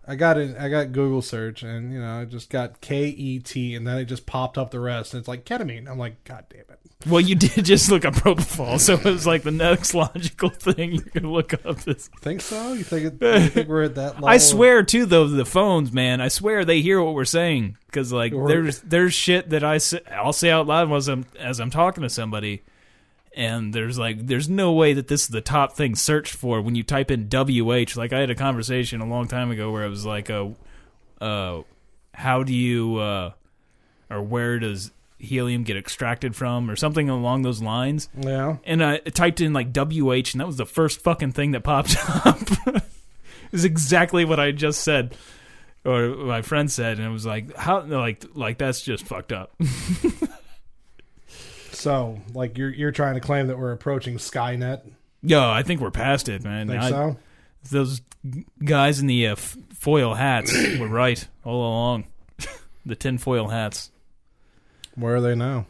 E: I got in, I got Google search and you know I just got K E T and then it just popped up the rest and it's like ketamine. I'm like, God damn it!
D: Well, you did just look up propofol, so it was like the next *laughs* logical thing you could look up. This
E: Think so? You think, it, you think we're at that level?
D: *laughs* I swear, too, though the phones, man, I swear they hear what we're saying because like
E: Or-
D: there's there's shit that I say, I'll say out loud as I'm as I'm talking to somebody, and there's like there's no way that this is the top thing searched for when you type in WH. Like I had a conversation a long time ago where it was like uh uh, how do you uh, or where does helium get extracted from or something along those lines
E: Yeah.
D: and I typed in like WH, and that was the first fucking thing that popped *laughs* up. it was exactly what I just said, or my friend said, and it was like, how, like, like that's just fucked up. *laughs*
E: So like you're you're trying to claim that we're approaching Skynet?
D: Yo, I think we're past it, man.
E: Think
D: I-
E: so?
D: Those g- guys in the uh, f- foil hats were right all along. *laughs* the tin foil hats.
E: Where are they now?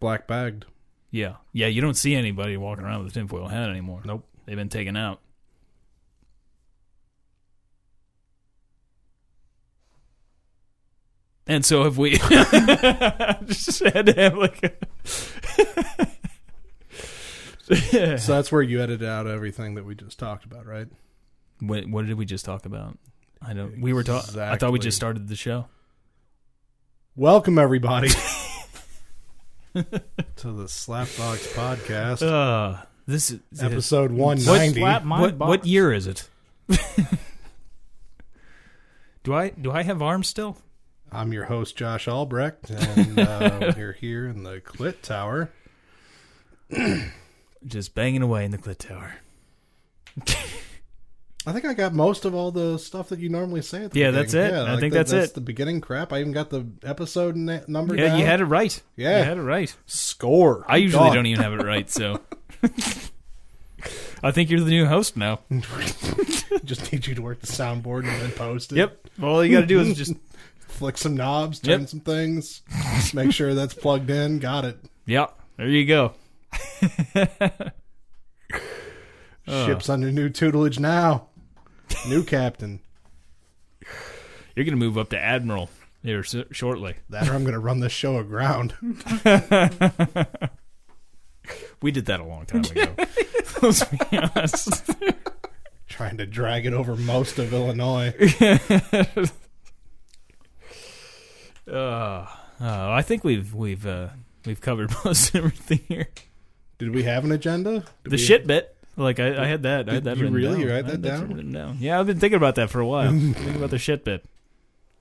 E: Black bagged.
D: Yeah, yeah. You don't see anybody walking around with a tinfoil hat anymore.
E: Nope.
D: They've been taken out. And so have we *laughs* just had to have like a *laughs*
E: So that's where you edited out everything that we just talked about, right?
D: what, what did we just talk about? I don't. We were talking. I thought we just
E: Exactly.
D: started the show.
E: Welcome
D: *laughs*
E: everybody to the Slapbox Podcast,
D: Uh, this is
E: episode one ninety.
C: Slap my
D: What
C: box.
D: what year is it? *laughs* do I do I have arms still?
E: I'm your host, Josh Albrecht, and uh, *laughs* we're here in the Clit Tower.
D: Just banging away in the clit tower.
E: I think I got most of all the stuff that you normally say at the
D: Yeah,
E: beginning.
D: that's it. I think that's it.
E: the beginning crap. I even got the episode na- number
D: Yeah,
E: down.
D: you had it right.
E: Yeah.
D: you had it right.
E: Score.
D: I usually
E: Done.
D: don't even have it right, *laughs* so I think you're the new host now. e-
E: *laughs* Just need you to work the soundboard and then post it.
D: All you got to do is just
E: Flick some knobs, turn
D: Yep.
E: some things, make sure that's plugged in. Got
D: *laughs*
E: it.
D: *laughs* yeah. There you go.
E: Ship's under new tutelage now. New captain.
D: You're gonna move up to admiral here s- shortly.
E: That or I'm going to run this show aground. *laughs*
D: We did that a long time *laughs* ago. Let's be honest.
E: trying to drag it over most of Illinois.
D: *laughs* Uh, uh, I think we've we've uh, we've covered *laughs* most everything here.
E: Did we have an agenda? Did
D: The
E: we-
D: shit bit. Like I, I had that. I had
E: Did
D: that
E: you
D: written
E: really?
D: down.
E: You had
D: I
E: that down?
D: written down. Yeah, I've been thinking about that for
E: *laughs*
D: a while. thinking about the shit bit.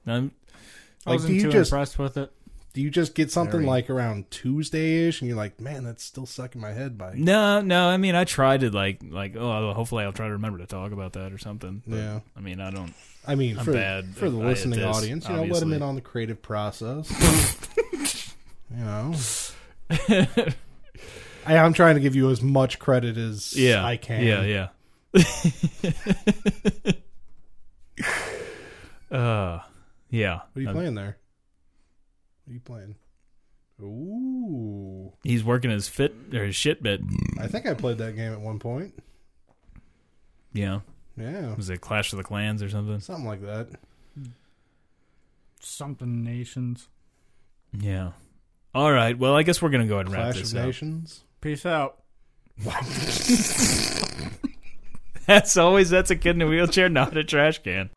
D: I'm,
C: I
E: Like, do
C: wasn't
E: you
C: too
E: just-
C: impressed with it.
E: Do you just get something
C: Very.
E: like around Tuesday ish and you're like, man, that's still stuck in my head by.
D: no, no. I mean, I tried to like, like, oh, I'll- hopefully I'll try to remember to talk about that or something. but,
E: Yeah.
D: I mean, I don't.
E: I mean,
D: I'm
E: for,
D: bad
E: for the
D: at- at
E: listening
D: this,
E: audience, you know, let them
D: obviously.
E: in on the creative
D: *laughs*
E: process. you know, I, I'm trying to give you as much credit as
D: Yeah,
E: I can.
D: Yeah, yeah. *laughs* uh, yeah.
E: What are you
D: Um,
E: playing there? What are you playing? Ooh,
D: He's working his fit or his shit bit.
E: I think I played that game at one point.
D: You know,
E: Yeah,
D: was it Clash of the Clans or something?
E: something like that.
C: Something nations.
D: Yeah. All right. Well, I guess we're gonna go ahead and wrap
E: Clash
D: this
E: of
D: *laughs* up.
E: Nations.
C: Peace out.
D: That's always that's a kid in a wheelchair, not a trash can.